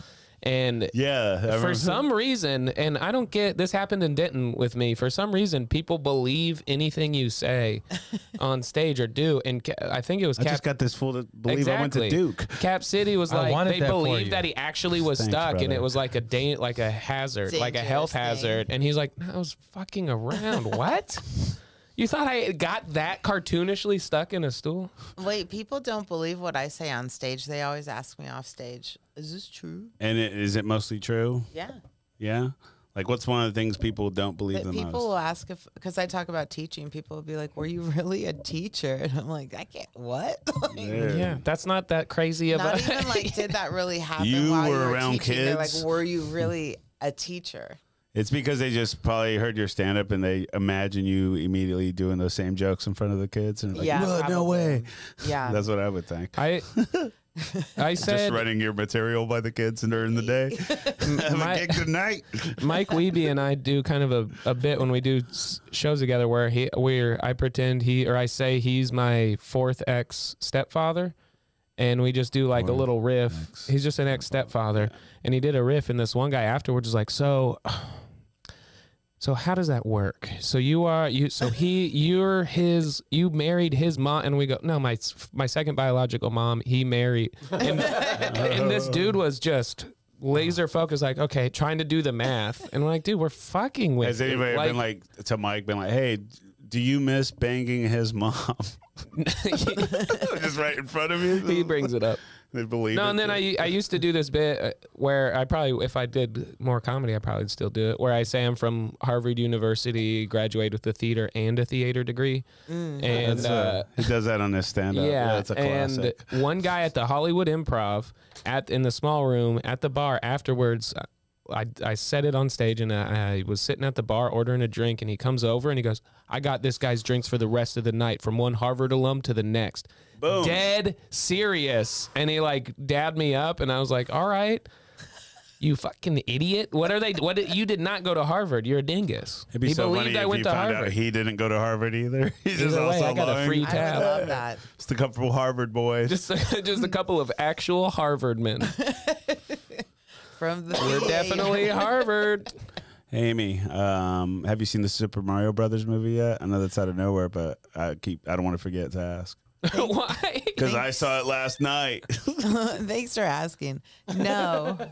C: and.
B: yeah, I
C: For
B: remember-
C: some reason, and I don't get this happened in Denton with me. For some reason, people believe anything you say on stage or do. And Ca- I think it was
B: I
C: Cap
B: just got this fool to believe I went to
C: Exactly.
B: Duke.
C: Cap City was
E: I
C: like
E: wanted
C: they
E: that for
C: believed
E: you.
C: that he actually was
B: Thanks,
C: stuck and
B: brother.
C: it was like a da- like a hazard, like a health
D: Dangerous thing.
C: hazard. And he's like, no, I was fucking around. what? You thought I got that cartoonishly stuck in a stool?
D: Wait, people don't believe what I say on stage. They always ask me off stage, "Is this true?"
B: And it, is it mostly true?
D: Yeah,
B: Yeah. Like, what's one of the things people don't believe the
D: but people
B: most?
D: will ask if because I talk about teaching. People will be like, "Were you really a teacher?" *laughs* And I'm like, "I can't. What? *laughs* Like,
C: Yeah, that's not that crazy of
D: Not
C: a.
B: *laughs*
D: even like, did that really happen?
B: You
D: while
B: were
D: you were
B: around
D: teaching? They're
B: kids?
D: like, were you really a teacher?
B: It's because they just probably heard your stand up and they imagine you immediately doing those same jokes in front of the kids and like,
D: Yeah,
B: "Whoa, no
D: probably.
B: way. *laughs*
D: Yeah.
B: That's what I would think.
C: *laughs* I I
B: Just
C: said
B: running your material by the kids
D: *laughs*
B: during the *laughs* day. Have
C: My-
B: a gig tonight.
C: Mike Weeby and I do kind of a, a bit when we do s- shows together where he where I pretend he or I say he's my fourth ex stepfather, and we just do like a little riff. He's just an ex stepfather, and he did a riff, and this one guy afterwards was like, "So, *sighs* so how does that work? So you are you so he you're his you married his mom, and we go no my s- my second biological mom he married, and, and this dude was just laser focused like okay trying to do the math, and we're like dude we're fucking
B: *laughs*
C: with
B: Has
C: you."
B: anybody been like to Mike, been like, hey, do you miss banging his mom? *laughs* just right in front of you.
C: *laughs* he brings it up.
B: They believe
C: No,
B: it,
C: and then
B: too.
C: I, I used to do this bit uh, where I probably, if I did more comedy, I probably still do it, where I say I'm from Harvard University, graduated with a theater and a theater degree. and
B: That's,
C: uh,
B: uh, he does that on
C: *laughs*
B: his stand up.
C: yeah,
B: it's a classic.
C: and one guy at the Hollywood Improv at in the small room at the bar afterwards. I, I said it on stage and I, I was sitting at the bar ordering a drink and he comes over and he goes, I got this guy's drinks for the rest of the night from one Harvard alum to the next.
B: Boom.
C: Dead serious. And he like dabbed me up and I was like, all right, you fucking idiot. What are they? What did- You did not go to Harvard. You're a dingus.
B: It'd be
C: he
B: so
C: believed
B: funny
C: I
B: if
C: went
B: you
C: to
B: found
C: Harvard.
B: out he didn't go to Harvard either. *laughs* He's just
C: Either way,
B: also
C: I got a
B: lying.
C: free
D: I
C: tab.
D: would love that.
B: It's the couple Harvard boys.
C: just *laughs* just a couple of actual Harvard men.
D: From the
C: We're definitely Harvard. *laughs*
B: hey, Amy, um, have you seen the Super Mario Brothers movie yet? I know that's out of nowhere, but I keep I don't want to forget to ask
C: Why?
B: because I saw it last night.
D: *laughs*
B: *laughs*
D: Thanks for asking. No,
B: All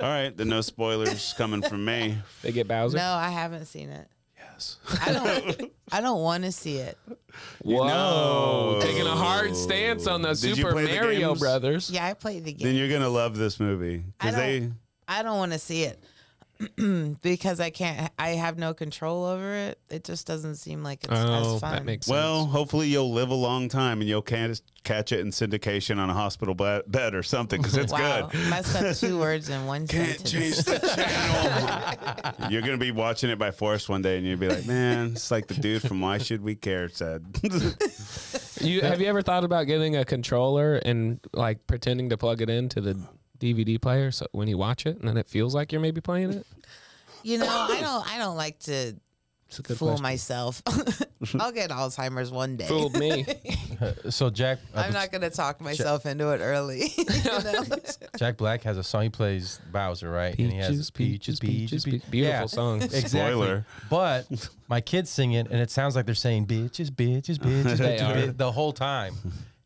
B: right, then no spoilers coming from me.
C: *laughs* They get Bowser.
D: no, I haven't seen it.
B: Yes. *laughs*
D: I don't. I don't want to see it.
C: Whoa!
B: No.
C: Taking a hard stance on the
B: Did you
C: Super
B: play the
C: Mario
B: games?
C: Brothers.
D: Yeah, I played the game.
B: Then you're gonna love this movie
D: I
B: because they.
D: don't- I don't want to see it *clears throat* because I can't. I have no control over it. It just doesn't seem like it's
C: Oh,
D: as fun.
C: that makes sense.
B: Well, hopefully you'll live a long time and you'll can- catch it in syndication on a hospital ble- bed or something because it's
D: wow,
B: good.
D: messed up two words in one
B: Can't
D: sentence.
B: change the
C: *laughs*
B: channel. You're gonna be watching it by force one day, and you'll be like, "Man, it's like the dude from Why Should We Care said." *laughs*
C: you have you ever thought about getting a controller and like pretending to plug it into the DVD player so when you watch it and then it feels like you're maybe playing it?
D: You know, I don't. I don't like to
C: It's a good
D: fool
C: question.
D: myself. *laughs* I'll get Alzheimer's one day.
C: Fooled *laughs* me.
E: So Jack, uh,
D: I'm not gonna talk myself into it early. *laughs* you know?
E: Jack Black has a song he plays Bowser, right? and he has
C: Peaches, peaches, peaches, peaches. Beautiful
E: Yeah.
C: song.
E: Exactly.
B: Spoiler.
E: But my kids sing it, and it sounds like they're saying bitches, bitches, bitches,
C: They
E: bitches,
C: are.
E: bitches the whole time,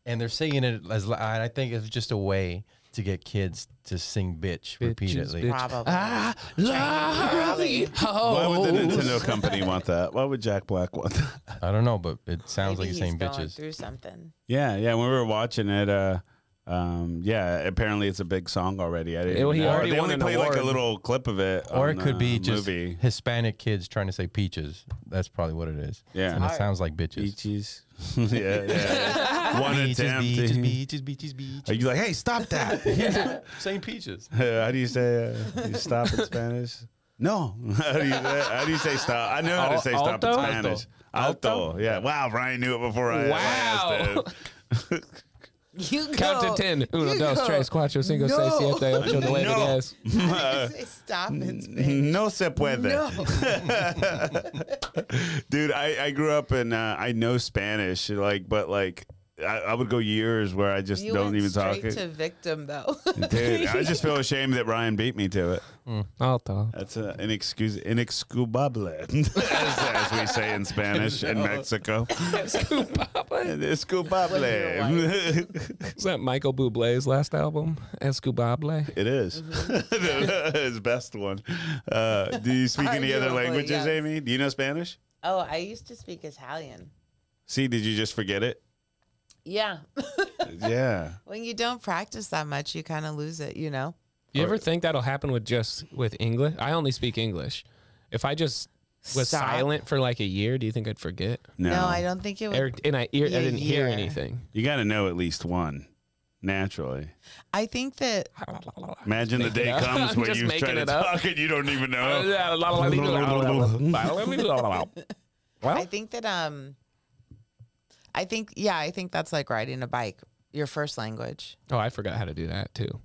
E: and they're singing it as. li- And I think it's just a way to get kids to sing bitch repeatedly.
C: bitch.
D: Probably.
C: I love you.
B: Why would the Nintendo company want that? Why would Jack Black want that?
E: I don't know, but it sounds
D: Maybe he's
E: like you're saying
D: going
E: bitches.
D: through something.
B: Yeah, yeah. When we were watching it, uh, um, yeah. Apparently, it's a big song already. I didn't.
C: Yeah, well, he
B: know.
C: already
B: they
C: won
B: only
C: an
B: played like a
C: award.
B: little clip of it,
E: Or
B: on
E: it could
B: the
E: be just
B: Oh, movie.
E: Hispanic kids trying to say peaches. That's probably what it is.
B: Yeah.
E: and it sounds like bitches.
B: Peaches. *laughs* yeah, yeah. One
E: Peaches,
B: attempt. *laughs*
E: beaches, beaches, beaches, beaches.
B: Are you *laughs*
E: *laughs*
B: like, hey, stop that? *laughs*
E: saying peaches?
B: How do you say uh, you stop in Spanish? No. *laughs* How do you, uh, how do you say stop? I know how to
C: Al-
B: say stop
C: alto?
B: in Spanish. Alto. Yeah. Wow. Ryan knew it before I, I
C: Wow.
B: asked it.
D: You go.
C: Count to
D: *laughs*
C: ten. Uno,
D: You
C: dos,
D: go.
C: tres, cuatro, cinco,
D: No.
C: seis, siete, ocho, nueve,
B: No.
C: diez.
D: I say *laughs* Stop it,
B: *laughs*
D: Spanish.
B: No se puede.
D: No.
B: Dude, I, I grew up and uh, I know Spanish, like, but like, I, I would go years where I just
D: You
B: don't
D: went
B: even talk
D: straight
B: it.
D: to victim though.
B: *laughs*
D: *laughs*
B: Dude, I just feel ashamed that Ryan beat me to it.
C: Alto.
B: That's uh, inexcus- inexcusable, *laughs* as, as we say in Spanish in Mexico.
C: Escubable.
B: Inexcusable.
C: Is that Michael Bublé's last album? Escubable.
B: *laughs* It is.
C: Mm-hmm.
B: *laughs* His best one. Uh, do you
C: *laughs*
B: speak any other
D: Arguably,
B: languages,
D: yes.
B: Amy? Do you know Spanish?
D: oh, I used to speak Italian.
B: See, did you just forget
C: *laughs*
B: it?
D: *laughs* Yeah.
B: Yeah.
D: when you don't practice that much, you kind of lose it, you know?
C: You ever think that'll happen with just with English? I only speak English. If I just was
D: Stop.
C: silent for like a year, do you think I'd forget?
B: No.
D: No, I don't think it would.
C: Or, and I, ear, I
D: Uh, Yeah,
C: didn't hear
D: yeah. *laughs*
C: anything.
B: You got to know at least one, naturally.
D: I think that
C: Oh,
B: Imagine the
C: Making
B: day
C: it up.
B: comes
C: I'm
B: where
C: *laughs* just
B: you
C: making
B: try to
C: it up.
B: talk and you don't
C: *laughs*
B: even know.
C: well,
D: I think that um I think yeah, I think that's like riding a bike, your first language.
C: oh, I forgot how to do that too.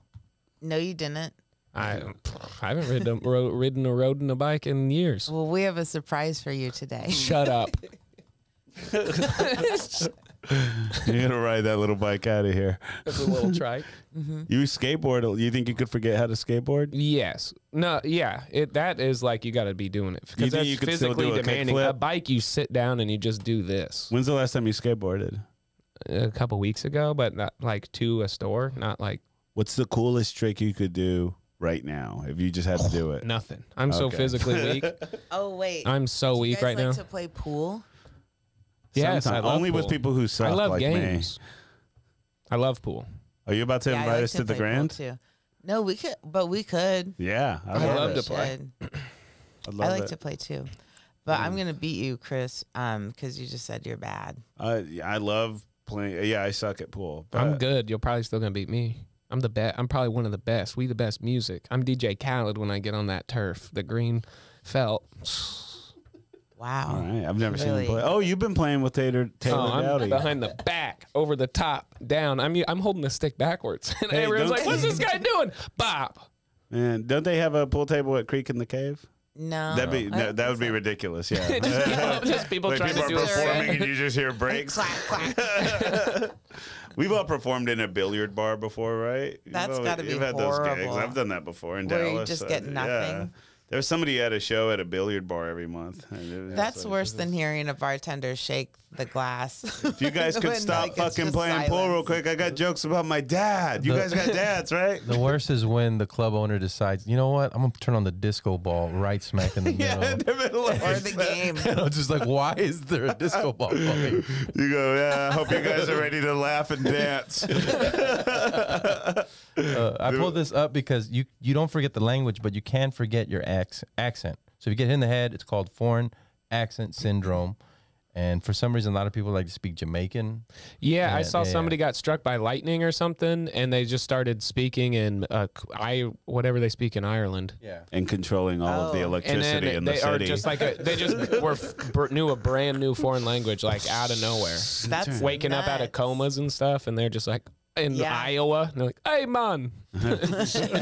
D: No, you didn't.
C: I, I haven't ridden a, ro- ridden a road and a bike in
D: *laughs*
C: years.
D: Well, we have a surprise for you today.
C: Shut up.
B: you got to ride that little bike out of here.
C: That's a little trike. Mm-hmm.
B: You skateboard. You think you could forget how to skateboard?
C: Yes. No. Yeah. It that is like you got to be doing it
B: You
C: because
B: think
C: that's
B: you could still
C: physically
B: do a
C: demanding.
B: kickflip?
C: A bike, you sit down and you just do this.
B: When's the last time you skateboarded?
C: A couple weeks ago, but not like to a store, not like
B: What's the coolest trick you could do right now if you just had to do it?
C: nothing. I'm so
B: Okay.
C: physically
B: *laughs*
C: weak.
D: *laughs* oh wait.
C: I'm so
D: You
C: weak
D: guys
C: right
D: like
C: now.
D: to play pool?
C: yes, I
B: Sometime.
C: love
B: only with
C: pool.
B: people who suck
C: I love
B: like
C: games. I love pool.
B: me. Are you about to
D: I
B: invite
D: like
B: us to the
D: play pool,
B: Grand?
D: too. No, we could but we could.
B: Yeah, I,
C: I
B: love,
C: love
B: it.
C: to play.
D: Should.
B: I'd
D: I
B: love
D: like
B: it. Mm.
D: to play too. But I'm gonna beat you, Chris, um, because you just said you're bad.
B: I I love playing. Yeah, I suck at pool. But
C: I'm good. You're probably still gonna beat me. I'm the best. I'm probably one of the best. We the best music. I'm DJ Khaled when I get on that turf, the green felt.
D: Wow.
B: All right, I've never seen
D: Really?
B: him play. Oh, you've been playing with Taylor Taylor
C: Oh, I'm
B: Dowdy.
C: behind the back, over the top, down. I'm I'm holding the stick backwards, *laughs* and
B: Hey,
C: everyone's
B: don't-
C: like, "What's this guy doing?" Bob.
B: Man, don't they have a pool table at Creek in the Cave?
D: No.
B: That'd be
D: Oh, I
B: no, that
D: don't think
B: would be
D: so.
B: ridiculous. Yeah, *laughs*
C: *laughs* just people, *laughs* just people
B: Like
C: trying
B: people are
C: to do a
B: performing
C: set.
B: and you just hear breaks.
D: *laughs* clap
B: *laughs*
D: clap.
B: We've all performed in a billiard bar before, right? You've
D: That's
B: all-
D: gotta be
B: You've had those gigs.
D: horrible.
B: I've done that before in
D: Where you
B: Dallas.
D: just
B: I-
D: get nothing.
B: There was somebody who had a show at a billiard bar every month. and it was
D: That's
B: like,
D: worse than hearing a bartender shake the glass.
B: If you
D: *laughs*
B: guys could
D: When,
B: stop
D: like, it's
B: fucking
D: just
B: playing pool real
D: silence.
B: quick, *laughs* I got jokes about my dad. You
E: The-
B: guys got dads, right?
E: The worst is when the club owner decides, you know what, I'm gonna turn on the disco ball right smack in the middle.
B: in the middle of
D: Or the
E: *laughs*
D: game.
B: *laughs*
E: and I'm just like, why is there a disco ball? playing?
B: *laughs* You go, yeah, I hope you guys are ready to laugh and
C: *laughs*
B: dance.
E: Uh, I pulled this up because you you don't forget the language, but you can forget your acc- accent. So if you get hit in the head, it's called foreign accent syndrome. And for some reason, a lot of people like to speak Jamaican.
C: Yeah, I
E: Yeah,
C: saw
E: yeah,
C: somebody got struck by lightning or something, and they just started speaking in uh, I whatever they speak in Ireland.
E: Yeah.
B: And controlling all of the
D: Oh.
C: And then
B: electricity in the
C: they are
B: city.
C: just like a, they
B: *laughs*
C: just were f- br- knew a brand new foreign language like out of nowhere,
D: That's
C: waking up out of
D: nuts.
C: comas and stuff, and they're just like in
D: Yeah.
C: Iowa, and they're like, "Hey man,
B: *laughs*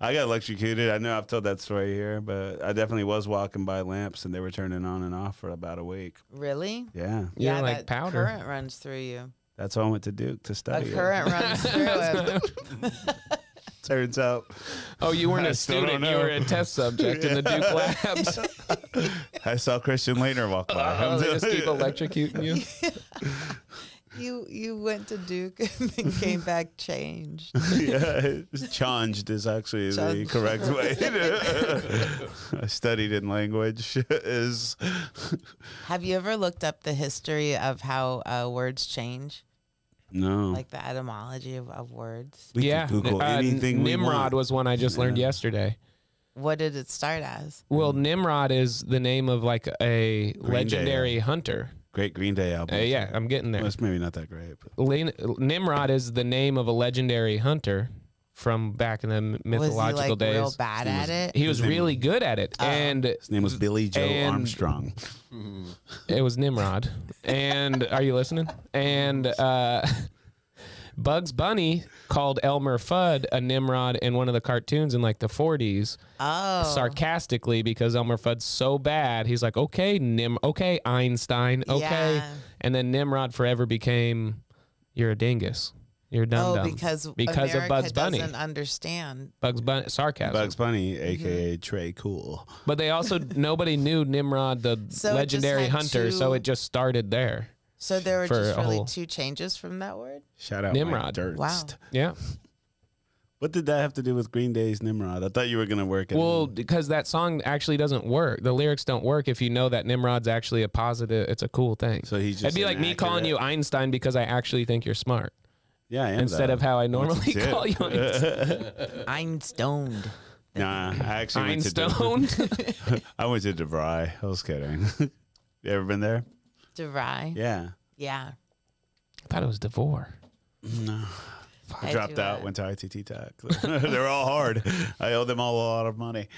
B: I got electrocuted. I know I've told that story here, but I definitely was walking by lamps and they were turning on and off for about a week.
D: Really?
B: Yeah,
C: you're like
D: that
C: powder."
D: current runs through you.
B: that's why I went to Duke to
D: A
B: study. it.
D: current runs through it.
B: *laughs* Turns out
C: Oh, you
B: *laughs*
C: weren't
B: I
C: a
B: still
C: student;
B: don't
C: you
B: know.
C: were a test subject
B: *laughs*
C: in the Duke labs.
B: I saw Christian Lehner walk by.
D: Uh,
B: *laughs*
C: Oh,
D: *laughs*
B: I'm
C: *laughs* they just
B: telling
C: keep
B: you.
C: electrocuting you.
D: You you went to Duke *laughs* and then came back changed.
B: *laughs* *laughs* yeah, changed is actually the
D: Changed.
B: correct
D: *laughs*
B: way. *laughs* to- I studied in language. *laughs* Is
D: Have you ever looked up the history of how uh, words change,
C: Mm.
B: no.
D: like the etymology of, of words?
B: we
C: yeah,
B: can Google
C: uh,
B: anything. we
C: Nimrod
B: want.
C: was one I just learned yesterday.
D: What did it start as?
C: Well, Nimrod is the name of like
B: Mm.
C: a
B: Day.
C: legendary hunter.
B: great Green Day
C: Uh,
B: album.
C: yeah, I'm getting there.
B: that's maybe not that great. But
C: Lin- Nimrod is the name of a legendary hunter from back in the m-
D: Was he
C: mythological
D: like
C: days.
D: real bad Oh. at it?
C: He was really good at it, and
B: His name was Billy Joe
C: And-
B: Armstrong.
C: it was Nimrod. And are you listening? And uh, *laughs* Bugs Bunny called Elmer Fudd a Nimrod in one of the cartoons in like the 40s,
D: Oh,
C: sarcastically because Elmer Fudd's so bad. He's like, okay, Nim, okay, Einstein, okay,
D: Yeah.
C: and then Nimrod forever became, you're a dingus, you're a dum
D: oh,
C: dum
D: because
C: because
D: America
C: of Bugs Bunny.
D: doesn't understand.
C: Bugs Bunny sarcasm.
B: Bugs Bunny,
C: Mm-hmm.
B: aka Trey Cool.
C: But they also nobody knew Nimrod the
D: So it just
C: legendary
D: had
C: hunter, so
D: two-
C: it just started there.
D: So there were
C: For
D: just
C: a
D: really
C: whole-
D: two changes from that word.
B: Shout out
C: Nimrod.
B: Mike Durst.
D: Wow.
C: Yeah.
B: What did that have to do with Green Day's Nimrod? I thought you were gonna work. it
C: Well,
B: in.
C: because that song actually doesn't work. The lyrics don't work if you know that Nimrod's actually a positive. It's a cool thing.
B: so he's just.
C: It'd be like me calling you
B: inaccurate. Einstein
C: Einstein because I actually think you're smart
B: Yeah, I am
C: instead
B: though.
C: of *laughs* how I normally
B: it. *laughs*
C: call you Einstein. uh, *laughs*
D: Einstoned.
B: Nah, I actually went to. De- *laughs*
C: Einstone.
B: I went to DeVry. I was kidding. *laughs* you ever been there?
D: DeVry. Yeah.
B: Yeah.
C: I *laughs* thought it was DeVore.
B: I
D: I
B: dropped
D: do
B: out,
D: that.
B: went to ITT Tech. E *laughs* They're all hard. I owe them all a lot of money.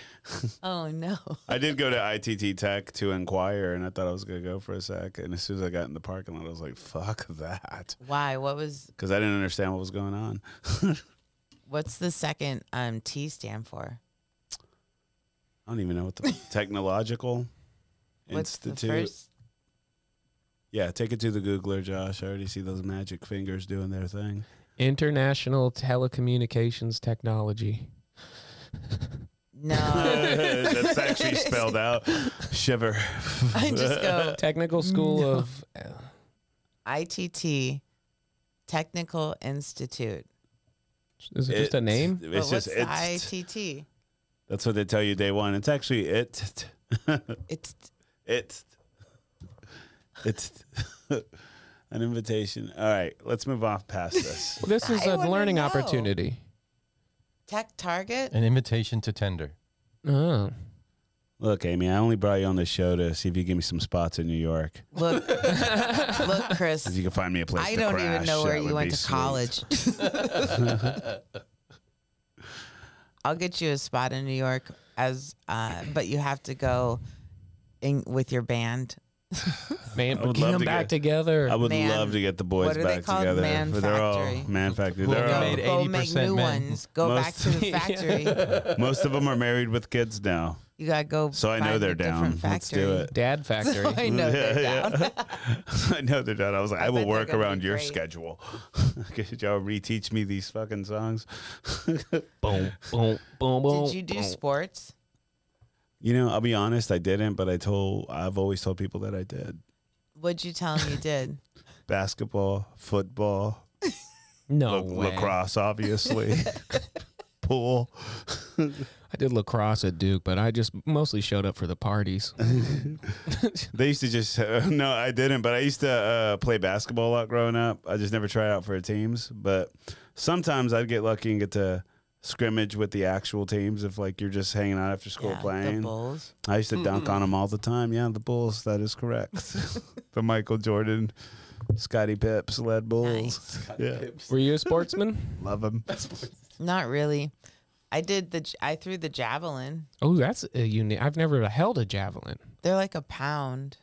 D: Oh, no. *laughs*
B: I did go to ITT Tech to inquire, and I thought I was going to go for a sec. And as soon as I got in the parking lot, I was like, fuck that.
D: Why? What was,
B: Because I didn't understand what was going on.
D: what's the second um, T stand for?
B: I don't even know what
D: *laughs*
B: the technological
D: What's
B: institute.
D: the first?
B: Yeah, take it to the Googler, Josh. I already see those magic fingers doing their
C: *laughs*
B: thing. *laughs*
C: International Telecommunications Technology. *laughs*
D: No. *laughs*
B: That's actually spelled out. Shiver.
D: I just go
C: Technical School of. uh,
D: ITT, Technical Institute.
C: Is it just a name?
D: But
B: It's
D: what's
B: just
D: the
B: it's.
D: ITT?
B: That's what they tell you day one. It's actually it. *laughs*
D: It's
B: It. It's *laughs* an invitation. All right, let's move off past this.
C: This is
D: I
C: a
D: wanna
C: learning
D: know.
C: opportunity.
D: Tech Target.
E: An invitation to tender.
C: Oh.
B: *laughs* Look, Amy, I only brought you on the show to see if you give me some spots in New York. *laughs*
D: Look, look, Chris.
B: If you can find me a place.
D: I
B: to
D: don't even
B: crash,
D: know where
B: that
D: you
B: would
D: went
B: be
D: to
B: sweet.
D: college.
B: *laughs*
D: I'll get you a spot in New York as, uh, but you have to go in with your band.
C: Man,
B: I would
C: get
B: love
C: them
B: to
C: back
B: get-
C: together.
B: I would
D: Man-
B: love to get the boys
D: what are they
B: back
D: called?
B: together.
D: Man
B: but they're all
D: Factory.
B: man factory.
E: Who
B: They're
E: all
B: all,
D: Go,
E: made
D: go make
E: 80%
D: new
E: men.
D: ones. Go back
B: Most- *laughs*
D: to the factory.
B: most of them are married with kids now, *laughs*
D: You gotta go.
B: so I know
D: find a
B: they're down.
D: different
B: Let's do
D: factory.
B: it.
C: Dad
D: *laughs*
C: Factory.
B: *laughs*
D: I know they're
B: Yeah,
D: down. *laughs*
B: I know they're done. I was like, I, will
D: bet they're
B: work
D: gonna
B: around
D: be
B: your
D: great.
B: schedule. *laughs* Could y'all reteach me these fucking songs? *laughs*
C: boom, boom, boom, boom.
D: Did you do sports?
B: You know, I'll be honest, I didn't, but I told I've always told people that I did.
D: What'd you tell them you did?
B: Basketball, football, la-
C: No way.
B: lacrosse,
C: *laughs*
B: obviously. *laughs* Pool.
C: I did lacrosse at Duke, but I just mostly showed up for the
D: *laughs*
C: parties.
B: They used to just *laughs* no, I didn't, but I used to uh, play basketball a lot growing up. I just never tried out for teams, but sometimes I'd get lucky and get to scrimmage with the actual teams if like you're just hanging out after school
D: Yeah, The
B: playing.
D: Bulls.
B: I used to dunk on them all the time. Yeah, the Bulls. That is correct. *laughs* the Michael Jordan, Scottie Pips led Bulls. yeah,
C: Were you a sportsman?
B: love them.
D: Not really. I did the. j- I threw the javelin.
C: oh, that's a unique. I've never held a javelin.
D: They're like
C: *sighs*
D: a pound.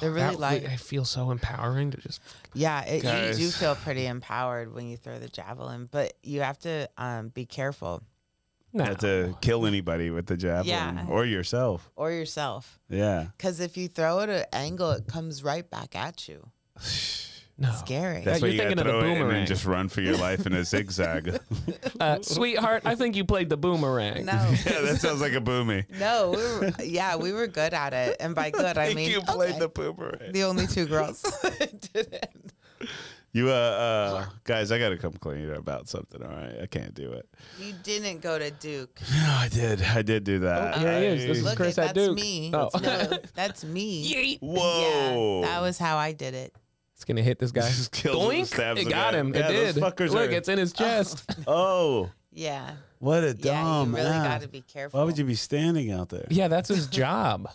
D: They're really
C: That
D: light.
C: I feel so empowering to just.
D: Yeah, it,
B: Guys.
D: you do feel pretty empowered when you throw the javelin, but you have to um, be careful
C: No.
B: Not to kill anybody with the javelin
D: Yeah.
B: or yourself.
D: or yourself.
B: Yeah,
D: Because if you throw it at an angle, it comes right back at you.
C: no.
D: Scary.
B: *laughs*
C: Oh. That's- Yeah, you're
B: gotta
C: thinking of the
B: it and then
C: boomerang.
B: just run for your life in a
C: *laughs*
B: zigzag.
C: Uh, sweetheart, I think you played the boomerang. *laughs*
D: no.
B: yeah, that sounds like a boomy.
D: No, we were, yeah, we were good at it. And by good, I,
B: Think
D: mean
B: you played
D: okay.
B: the boomerang.
D: the
B: *laughs*
D: only two girls *laughs* that did it.
B: You uh, uh guys, I gotta come clean about something. All right, I can't do it.
D: You didn't go to Duke.
B: No, I did. I did do that.
C: here he is. This
B: I-
C: is
D: Look,
C: Chris
D: that's
C: at Duke.
D: me.
C: Oh.
D: No,
C: *laughs*
D: that's me.
B: Whoa.
D: Yeah, that was how I did it.
C: It's gonna hit this guy.
B: Just *laughs* kills him,
C: Doink!
B: stabs
C: It
B: the
C: got
B: guy.
C: him.
B: Yeah,
C: it
B: those
C: did.
B: fuckers
C: Look,
B: are-
C: it's in his chest.
B: Oh,
D: Yeah.
B: what a
D: yeah,
B: dumb
D: you really
B: ass.
D: got to be careful.
B: Why would you be standing out there?
C: yeah, that's
D: *laughs*
C: his job. I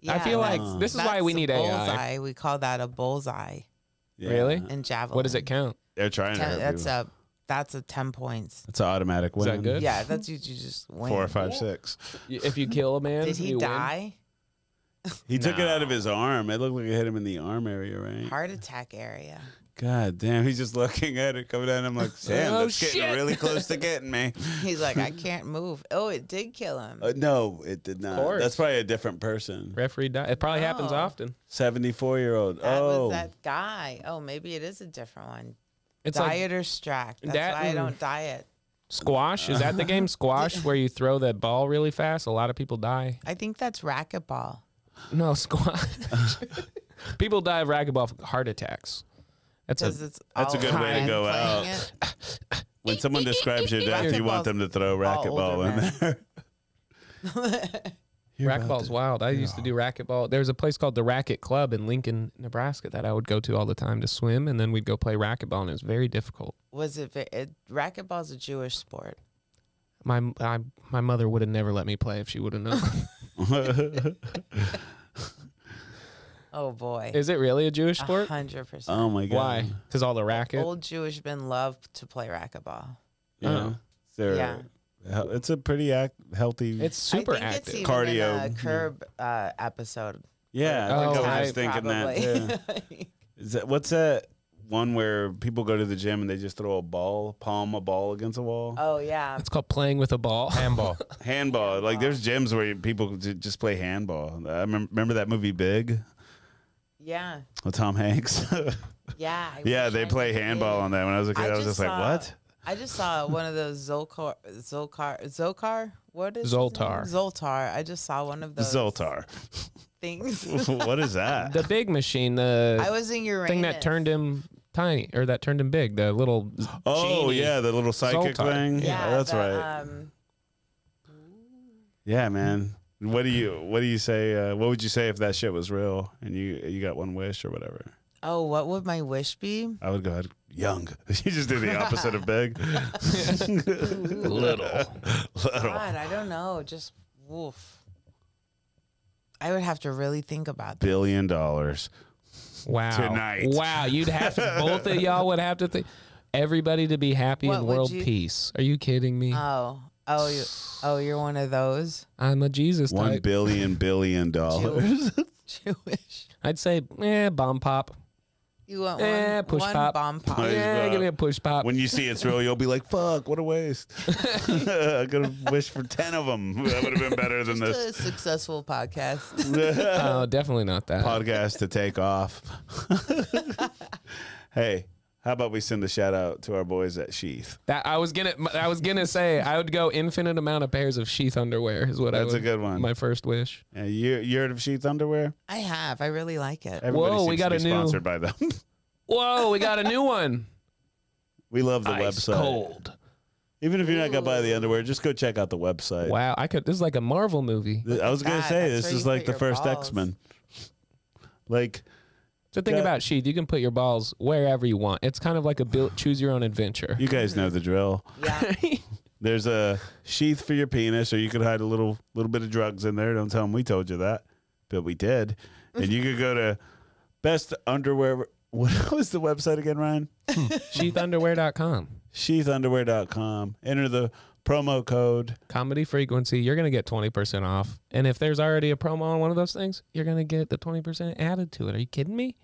D: Yeah,
C: feel like
D: that's-
C: this is why we
D: that's a
C: need AI.
D: bullseye. We call that a bullseye
B: Yeah.
C: Really?
D: in javelin.
C: What does it count?
B: They're trying to
D: Ca-
B: hurt
D: That's
B: people.
D: a that's a ten points.
B: That's an automatic
C: Is
B: win.
C: that good?
D: Yeah, that's you, you just win.
B: Four, five, six.
C: If you kill a man,
D: Did he
C: you win.
D: die?
B: He took it out of his arm. It looked like it hit him in the arm area, right?
D: Heart attack area. *laughs*
B: God damn, he's just *laughs* looking at it coming down. I'm
C: *laughs*
B: like, Sam,
C: Oh,
B: that's
C: shit.
B: getting really close to getting
D: *laughs*
B: me.
D: He's like, I can't move. Oh, it did kill him.
B: Uh, no, it did not.
C: course.
B: That's probably a different person.
C: Referee died. It probably happens
D: Oh.
C: often.
B: 74 year old.
D: That
B: Oh,
D: was that guy. Oh, maybe it is a different one.
C: It's
D: diet
C: like
D: or strack. That's
C: that
D: why I
C: and-
D: don't diet.
C: squash. Is
D: *laughs*
C: that the game squash where you throw that ball really fast? A lot of people die.
D: I think that's racquetball.
C: No squash. *laughs* people die of racquetball f- heart attacks. That's a
D: Because it's
B: that's a
D: all
B: good way to
D: men
B: go
D: playing
B: out.
D: it.
B: when someone describes your death, you want them to throw
D: Racquetball's all
B: racquetball
D: older
B: in there. You're about
C: racquetball's
B: to-
C: wild. I used to do racquetball. There was a place called the Racket Club in Lincoln, Nebraska, that I would go to all the time to swim, and then we'd go play racquetball, and it was very difficult.
D: Was it, ve- it racquetball's a Jewish sport?
C: My I, my mother would have never let me play if she would have known.
D: Oh boy,
C: Is it really a Jewish
D: A
C: sport? Um,
D: hundred percent.
B: *laughs* oh my god.
C: Why? Because all the racket.
D: Old Jewish men love to play racquetball.
B: Yeah.
C: Oh.
B: They're-
D: Yeah.
B: hel- It's a pretty act- healthy.
C: It's super
D: I think
C: active.
D: It's even
B: Cardio.
D: In a curb uh, episode.
B: yeah, I
C: Oh,
B: think I
C: right.
B: was thinking that
D: *laughs*
B: too.
D: that.
B: Is that what's that one where people go to the gym and they just throw a ball, palm a ball against a wall?
D: oh yeah,
C: it's called playing with a
D: *laughs*
C: ball.
E: Handball.
B: handball. Like there's gyms where people j- just play handball. I remem- remember that movie Big
D: yeah,
B: with Tom Hanks. *laughs*
D: yeah. I
B: yeah,
D: wish
B: they
D: I
B: play
D: knew.
B: handball on that. When I was a kid,
D: I
B: I, was
D: just
B: just like,
D: saw-
B: what?
D: I just saw one of those Zolkar, Zolkar, Zolkar. What is his
C: Zoltar.
D: name? Zoltar. I just saw one of those
B: Zoltar. *laughs*
D: things.
B: what is that?
C: The big machine, the
D: I was in Uranus.
C: thing that turned him tiny or that turned him big, the little
B: Oh
C: genie.
B: yeah, the little psychic
C: Zoltar.
B: thing. Yeah, that's
D: the,
B: right.
D: Um,
B: Yeah, man. What do you What do you say? Uh, what would you say if that shit was real and you you got one wish or whatever?
D: oh, what would my wish be?
B: I would go ahead. Young. *laughs* you just do the opposite of big.
C: *laughs* little.
B: Little.
D: God, I don't know. Just woof. I would have to really think about that.
B: Billion dollars.
C: Wow.
B: Tonight.
C: Wow. You'd
B: *laughs*
C: have to, both of y'all would have to think. Everybody to be happy
D: What
C: in
D: would
C: world
D: you-
C: peace. Are you kidding me?
D: Oh, oh, you, oh, you're one of those
C: I'm a Jesus
B: One
C: type.
B: billion billion dollars.
D: Jewish. *laughs* Jewish.
C: I'd say, eh, bomb pop.
D: You want one,
C: Eh, push
D: one
C: pop.
D: bomb pop.
B: Nice.
C: Yeah,
B: pop.
C: give me a push pop.
B: When you see it's real, you'll be like, "Fuck, what a
C: *laughs*
B: waste." I could have wished for ten of them. That would have been better than
D: Just
B: this
D: a *laughs* successful podcast.
C: *laughs* oh, definitely not
B: *laughs*
C: that.
B: podcast to take off. *laughs* hey, how about we send a shout out to our boys at Sheath?
C: That I was gonna, I was gonna say, I would go infinite amount of pairs of sheath underwear is what I.
B: That's a
C: would-
B: good one.
C: My first wish.
B: Uh, you, you heard of Sheath underwear?
D: I have. I really like *laughs* it.
B: Everybody
C: Whoa,
B: seems
C: we got
B: to be
C: a new-
B: sponsored by them. *laughs*
C: Whoa, we got a new one.
B: we love *laughs* the
C: Ice
B: website.
C: cold.
B: Even if you're not gonna buy the underwear, just go check out the website.
C: Wow, I could. This is like a Marvel movie.
B: Th- I was gonna
D: God,
B: say
D: that's
B: this
D: where
B: is
D: you
B: like
D: put
B: the
D: your
B: first
D: balls.
B: X Men. Like
C: The thing
B: Got-
C: about sheath, you can put your balls wherever you want. It's kind of like a build, choose your own adventure.
B: you guys know the drill.
D: Yeah.
B: There's a sheath for your penis, or you could hide a little little bit of drugs in there. Don't tell them we told you that, but we did. And you could go to best underwear. *laughs* What was the website again, Ryan?
C: Sheathunderwear.com.
B: Sheathunderwear.com. Enter the promo code.
C: Comedy frequency, you're gonna get twenty percent off. And if there's already a promo on one of those things, you're gonna get the twenty percent added to it. Are you kidding me?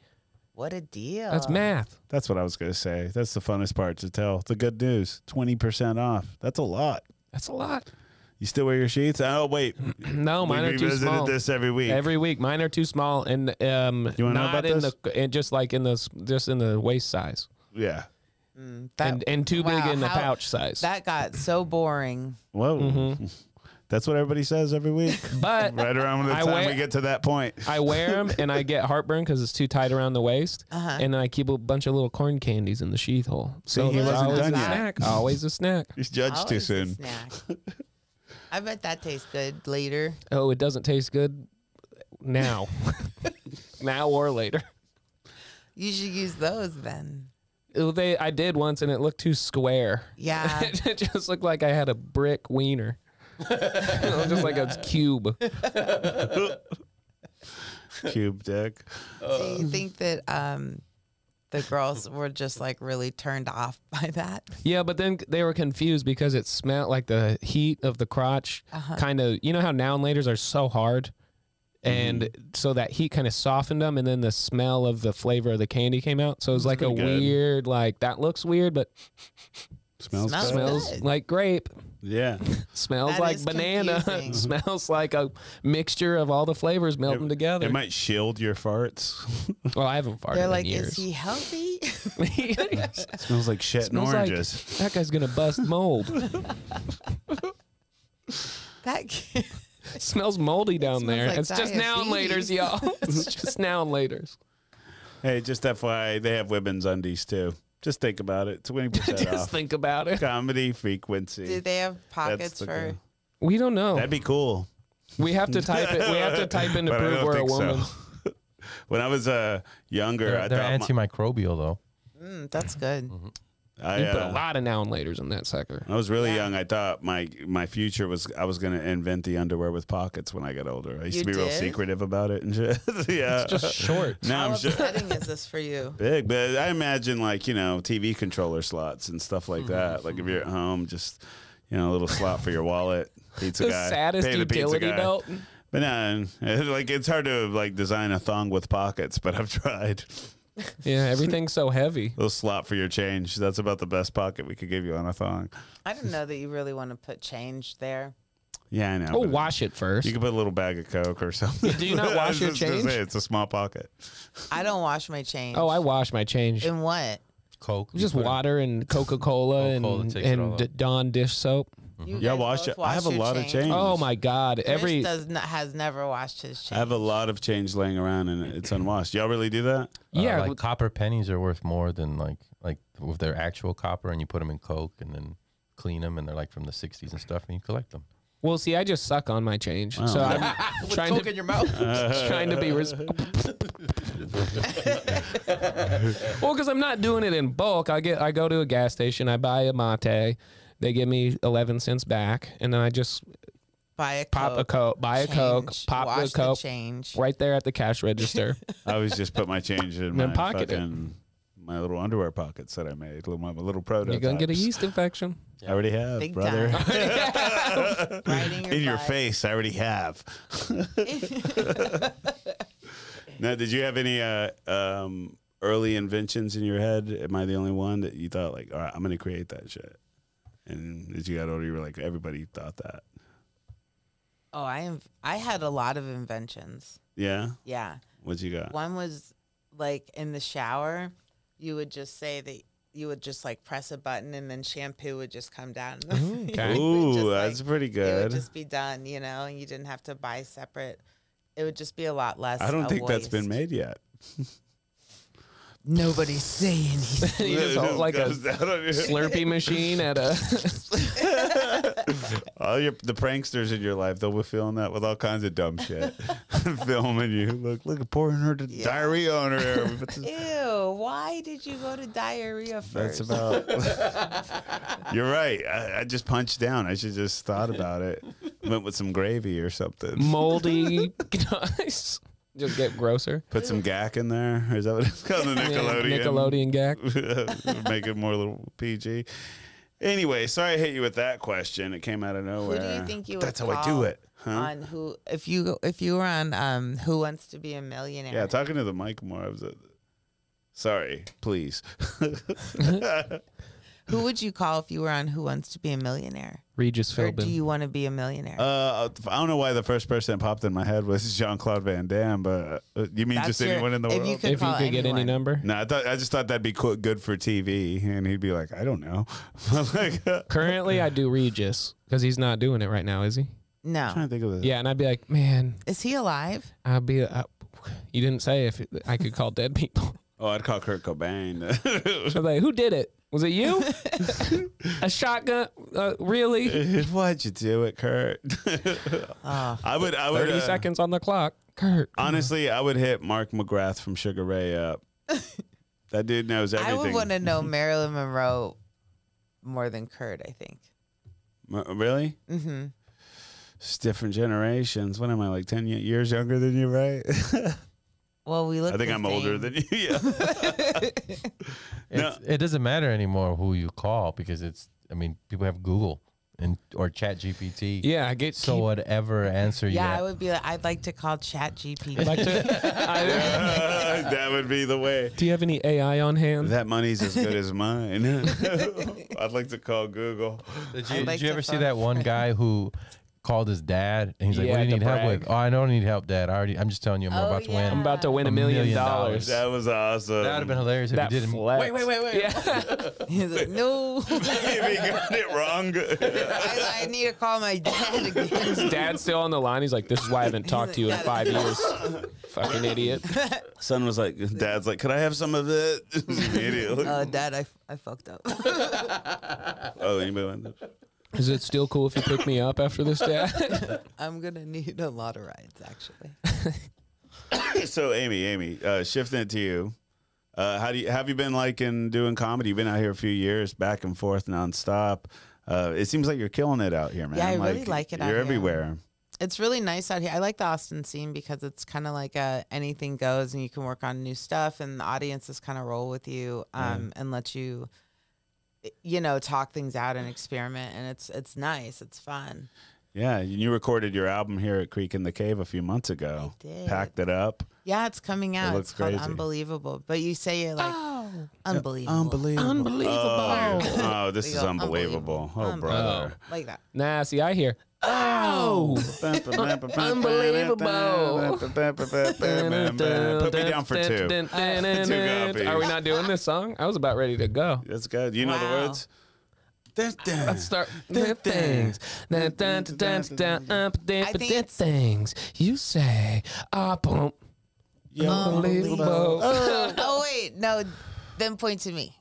D: What a deal.
C: That's math.
B: That's what I was going to say. That's the funnest part to tell. The good news 20% off. That's a lot.
C: That's a lot. *clears throat*
B: You still wear your sheets? Oh, wait.
C: No, mine
B: we
C: are too
B: revisited
C: small.
B: this every week.
C: Every week, mine are too small, and um,
B: You wanna know
C: not
B: about
C: in
B: this?
C: the and just like in the s- just in the waist size,
B: yeah.
D: Mm, that-
C: and and too
D: wow,
C: big in the
D: how-
C: pouch size.
D: That got so boring.
B: Whoa. *laughs* That's what everybody says every week.
C: Mm-hmm. *laughs* but
B: right around the
C: I
B: time
C: wear-
B: we get to that point.
C: I wear them and I get heartburn because it's too tight around the waist,
D: Uh-huh.
C: and then I keep a bunch of little corn candies in the sheath hole. So
B: he
C: there's
B: wasn't
C: always
B: done
C: a
B: yet.
C: snack. Always a snack.
B: He's judged too
D: Always a
B: soon.
D: snack. *laughs* I bet that tastes good later.
C: Oh, it doesn't taste good now, *laughs* now or later.
D: You should use those then.
C: Oh, They, I did once, and it looked too square. *laughs*
D: Yeah.
C: it just looked like I had a brick wiener. *laughs* it was just like a cube.
B: Cube dick.
D: Do you think that um, the girls were just like really turned off *laughs* by that.
C: Yeah, but then they were confused because it smelled like the heat of the crotch
D: Uh-huh.
C: kind of, you know how noun laters are so hard?
B: Mm-hmm.
C: And so that heat kind of softened them, and then the smell of the flavor of the candy came out. So it was like a
B: pretty good.
C: weird, like that looks weird, but
B: Smells,
D: Smells
B: good.
C: smells
D: good.
C: like grape,
B: Yeah.
C: smells
D: That
C: like
D: is
C: banana, *laughs*
D: confusing.
C: smells like a mixture of all the flavors melting together.
B: Mm-hmm. It might shield your farts. *laughs*
C: well, I haven't farted
D: They're
C: in
D: like,
C: years.
D: is he healthy? *laughs*
C: *laughs*
B: smells like shit
C: Smells
B: and
C: like-
B: oranges.
C: that guy's gonna bust mold.
D: that kid-
C: smells moldy down
D: smells
C: there.
D: like
C: it's just noun laters,
D: diabetes.
C: y'all. *laughs* It's just noun
B: *laughs*
C: laters.
B: hey, just FYI, they have women's undies too. Just think about it.
C: *laughs*
B: Twenty percent
C: just
B: off.
C: think
B: *laughs*
C: about it.
B: Comedy frequency.
D: do they have pockets
B: the
D: for?
B: goal.
C: We don't know.
B: That'd be cool.
C: We have to type it. We have to type in
B: *laughs*
C: to
B: But I
C: prove
B: don't
C: we're a
B: think so.
C: woman.
B: When I was uh, younger,
E: They're,
B: I
E: they're
B: thought my-
E: antimicrobial though.
D: Mm, that's good.
C: Mm-hmm.
B: I,
C: You put a
B: uh,
C: lot of noun laters in
B: *laughs*
C: that sucker.
B: When I was really young. I thought my my future was I was gonna invent the underwear with pockets when I got older. I used
D: You
B: to be real
D: did?
B: secretive about it and shit. *laughs* yeah,
C: Just short.
B: *laughs* now
D: How
B: I'm sure
D: upsetting is this
B: *laughs*
D: for you?
B: big, but I imagine like you know TV controller slots and stuff like
C: Mm-hmm.
B: that. Like if you're at home, just you know a little slot for your wallet. Pizza
C: *laughs* The
B: guy,
C: saddest
B: Pay the pizza
C: utility
B: guy.
C: belt.
B: But no, *laughs* like it's hard to like design a thong with pockets, but I've *laughs* tried.
C: Yeah, everything's
B: *laughs*
C: so heavy.
B: little slot for your change. That's about the best pocket we could give you on a thong.
D: I didn't know that you really want to put change there.
B: Yeah, I know.
C: Oh,
B: but-
C: wash it first.
B: You can put a little bag of coke or something.
C: Do you not
B: *laughs* I was
C: wash your
B: just gonna
C: change?
B: Say, it's a small pocket.
D: I don't wash my change.
C: Oh, I wash my change.
D: in what?
E: Coke.
C: Just
E: You put it-
B: *laughs*
C: water and Coca Cola
E: Coca-Cola
C: and
E: takes it all
C: and
E: up.
C: D- Dawn dish soap.
D: You
B: Yeah,
D: guys
B: wash
D: both
B: it. I have a
D: your
B: lot of change.
C: Oh my God!
D: Chris
C: Mm-hmm. Every
D: does not, has never washed his
B: I
D: change.
B: have a lot of change laying around and it's unwashed. Y'all really do that?
E: Uh,
C: yeah,
E: like copper pennies are worth more than like like if they're actual copper, and you put them in Coke and then clean them, and they're like from the '60s and stuff, and you collect them.
C: Well, see, I just suck on my change, so I'm trying to
E: your mouth.
C: *laughs* trying to be. Res- well, because I'm not doing it in bulk. I get I go to a gas station, I buy a mate, they give me 11 cents back, and then I just
D: buy a
C: pop a
D: coke,
C: coke, buy a coke,
D: change,
C: pop
D: wash
C: a coke,
D: The change.
C: right there at the cash register.
B: I always just put my change in my
C: *laughs* Then pocket it.
B: fucking my little underwear pockets that I made. Little my little prototypes.
C: You're gonna get a yeast infection.
B: I already have,
D: Big
B: brother. *laughs*
D: time. right in your,
B: In your
D: butt.
B: face, I already
D: *laughs*
B: have. now, did you have any uh, um, early inventions in your head? Am I the only one that you thought like, all right, I'm gonna create that shit? And as you got older, you were like, everybody thought that.
D: Oh, I am. I had a lot of inventions.
B: Yeah,
D: Yeah.
B: what you got?
D: One was like in the shower, you would just say that you would just like press a button and then shampoo would just come down. *laughs*
C: okay.
B: Ooh, that's pretty
D: It would
B: good.
D: just be done, you know, and you didn't have to buy separate. It would just be a lot less.
B: I don't
D: a
B: think that's been made
D: waste.
B: yet.
D: Nobody's saying
C: *laughs*
D: anything.
C: you just
B: It
C: hold
B: *laughs*
C: like a
B: goes down on you.
C: Slurpee machine at
D: *laughs*
C: a.
B: All your the pranksters in your life, they'll be feeling that with all kinds of dumb shit, *laughs* filming you. Look, look, pouring her to diarrhea on her. hair. We put this-
D: *laughs* Ew, why did you go to diarrhea
B: That's
D: first?
B: about. You're right. I, I just punched down. I should just thought about it. Went with some gravy or
C: *laughs*
B: something.
C: moldy. just get grosser.
B: Put some gack in there. Is that what it's called? The
C: Yeah,
B: Nickelodeon.
C: Nickelodeon gag.
B: *laughs* Make it more little PG. Anyway, sorry I hit you with that question. It came out of
D: who
B: nowhere.
D: do you think you
B: But
D: would
B: That's how I
D: call
B: do it. Huh?
D: On who if you if you were on um Who Wants to Be a Millionaire?
B: Yeah, talking to the mic more. I was. uh, Sorry,
D: *laughs*
B: please. *laughs*
D: who would you call if you were on Who Wants to Be a Millionaire?
C: Regis
D: Or do
C: Philbin.
D: you want to be a millionaire?
B: Uh, I don't know why the first person that popped in my head was *laughs* Jean Claude Van Damme, but uh, you mean
D: That's
B: just
D: your-
B: anyone in the
D: if
B: world?
D: you could
C: if you
D: call
C: could get any
D: anyone.
C: number.
B: No, I thought I just thought that'd be cool, good for TV, and he'd be like, I don't know. *laughs* like, uh,
C: Currently, I do Regis because he's not doing it right now, is he?
B: trying
D: No.
B: to think of it.
C: Yeah, and I'd be like, man,
D: Is he alive?
C: I'd be. I, you didn't say if it- I could call dead people. *laughs*
B: Oh, I'd call Kurt Cobain. *laughs*
C: I was like, who did it? Was it
E: *laughs*
C: you? a shotgun? Uh, really?
B: Why'd you do it,
D: *laughs*
B: Kurt?
D: Ah,
B: I would. I would.
C: Thirty
B: uh,
C: seconds on the clock, Kurt.
B: Honestly, I would hit Mark McGrath from Sugar Ray
D: *laughs*
B: up. that dude knows
D: I
B: everything. Mm-hmm.
D: would want to know Marilyn Monroe more than Kurt, I think.
B: M- really? Mm-hmm.
D: *laughs*
B: It's different generations. What am I like? Ten y- years younger than you, right?
D: Well, we look.
B: I think
D: the
B: I'm older
D: same.
B: than you. Yeah.
E: It's, It doesn't matter anymore who you call because it's. I mean, people have Google and or Chat GPT.
C: Yeah, I get
E: So whatever answer you
D: Yeah,
E: get.
D: I would be like, I'd like to call Chat GPT.
C: I'd like
E: *laughs*
C: to- I-
B: *laughs* that would be the way.
C: do you have any AI on hand?
B: That money's as good as mine. *laughs* I'd like to call Google.
E: Did
D: I
E: you,
D: like
E: did you
D: to
E: ever see
D: fuck.
E: that one guy who called his dad and he's like, "What
C: Yeah,
E: do you
C: to
E: need help with?"
C: brag.
E: Oh, I don't need help, Dad. I already. I'm just telling you, I'm
D: Oh,
E: about to
D: yeah.
C: I'm
E: win.
C: about to win a
E: A
C: million,
E: million
C: dollars.
E: dollars.
B: That was awesome.
E: That would have been hilarious if
C: That
E: you didn't.
C: flex.
E: Wait, wait, wait, wait.
D: *laughs*
E: *laughs*
D: He's like, no,
B: *laughs* if
D: *laughs*
B: he got it wrong.
D: I, I need to call my dad again.
C: Dad's still on the line. He's like, "This is why I haven't talked to you in
D: Got it.
C: five
E: *laughs*
C: years." Fucking idiot.
B: Son was like, Dad's like, could I have some of it? *laughs* Immediately.
D: *laughs* Uh, dad, I, I fucked up. *laughs*
B: oh, anybody want this?
C: Is it still cool if you pick me up after this, Dad?
D: I'm gonna need a lot of rides, actually.
B: *laughs* so Amy, Amy, uh, shifting it to you. Uh, how do you have you been liking doing comedy? You've been out here a few years, back and forth, nonstop. Uh, it seems like you're killing it out here, man.
D: Yeah, I really like it out
B: You're
D: here.
B: everywhere.
D: It's really nice out here. I like the Austin scene because it's kind of like a anything goes, and you can work on new stuff, and the audiences kind of roll with you um, and let you, you know, talk things out and experiment, and it's it's nice. It's fun.
B: Yeah, and you recorded your album here at Creek in the Cave a few months ago.
D: did.
B: Packed it up.
D: Yeah, it's coming out.
B: looks
D: it's called
B: crazy.
D: Unbelievable. But you say it like unbelievable.
B: Unbelievable. Unbelievable. Oh, oh, this
D: We
B: is
D: go,
B: unbelievable. Oh,
D: unbelievable,
B: brother.
D: Like that.
C: nah, see, I hear. Oh, *laughs* Unbelievable.
B: Put me down for
C: *laughs*
B: *laughs* two. copies.
C: Are we not doing this song? I was about ready to go.
B: That's good. You know the
D: Wow.
B: words? Dun, dun.
C: Let's start with things. Dun, dun, dun, dun, dun, dun, dun,
D: I
C: dun,
D: think it's-
C: things you say are boom.
B: *laughs*
C: Unbelievable.
D: oh wait, no. Then point to me.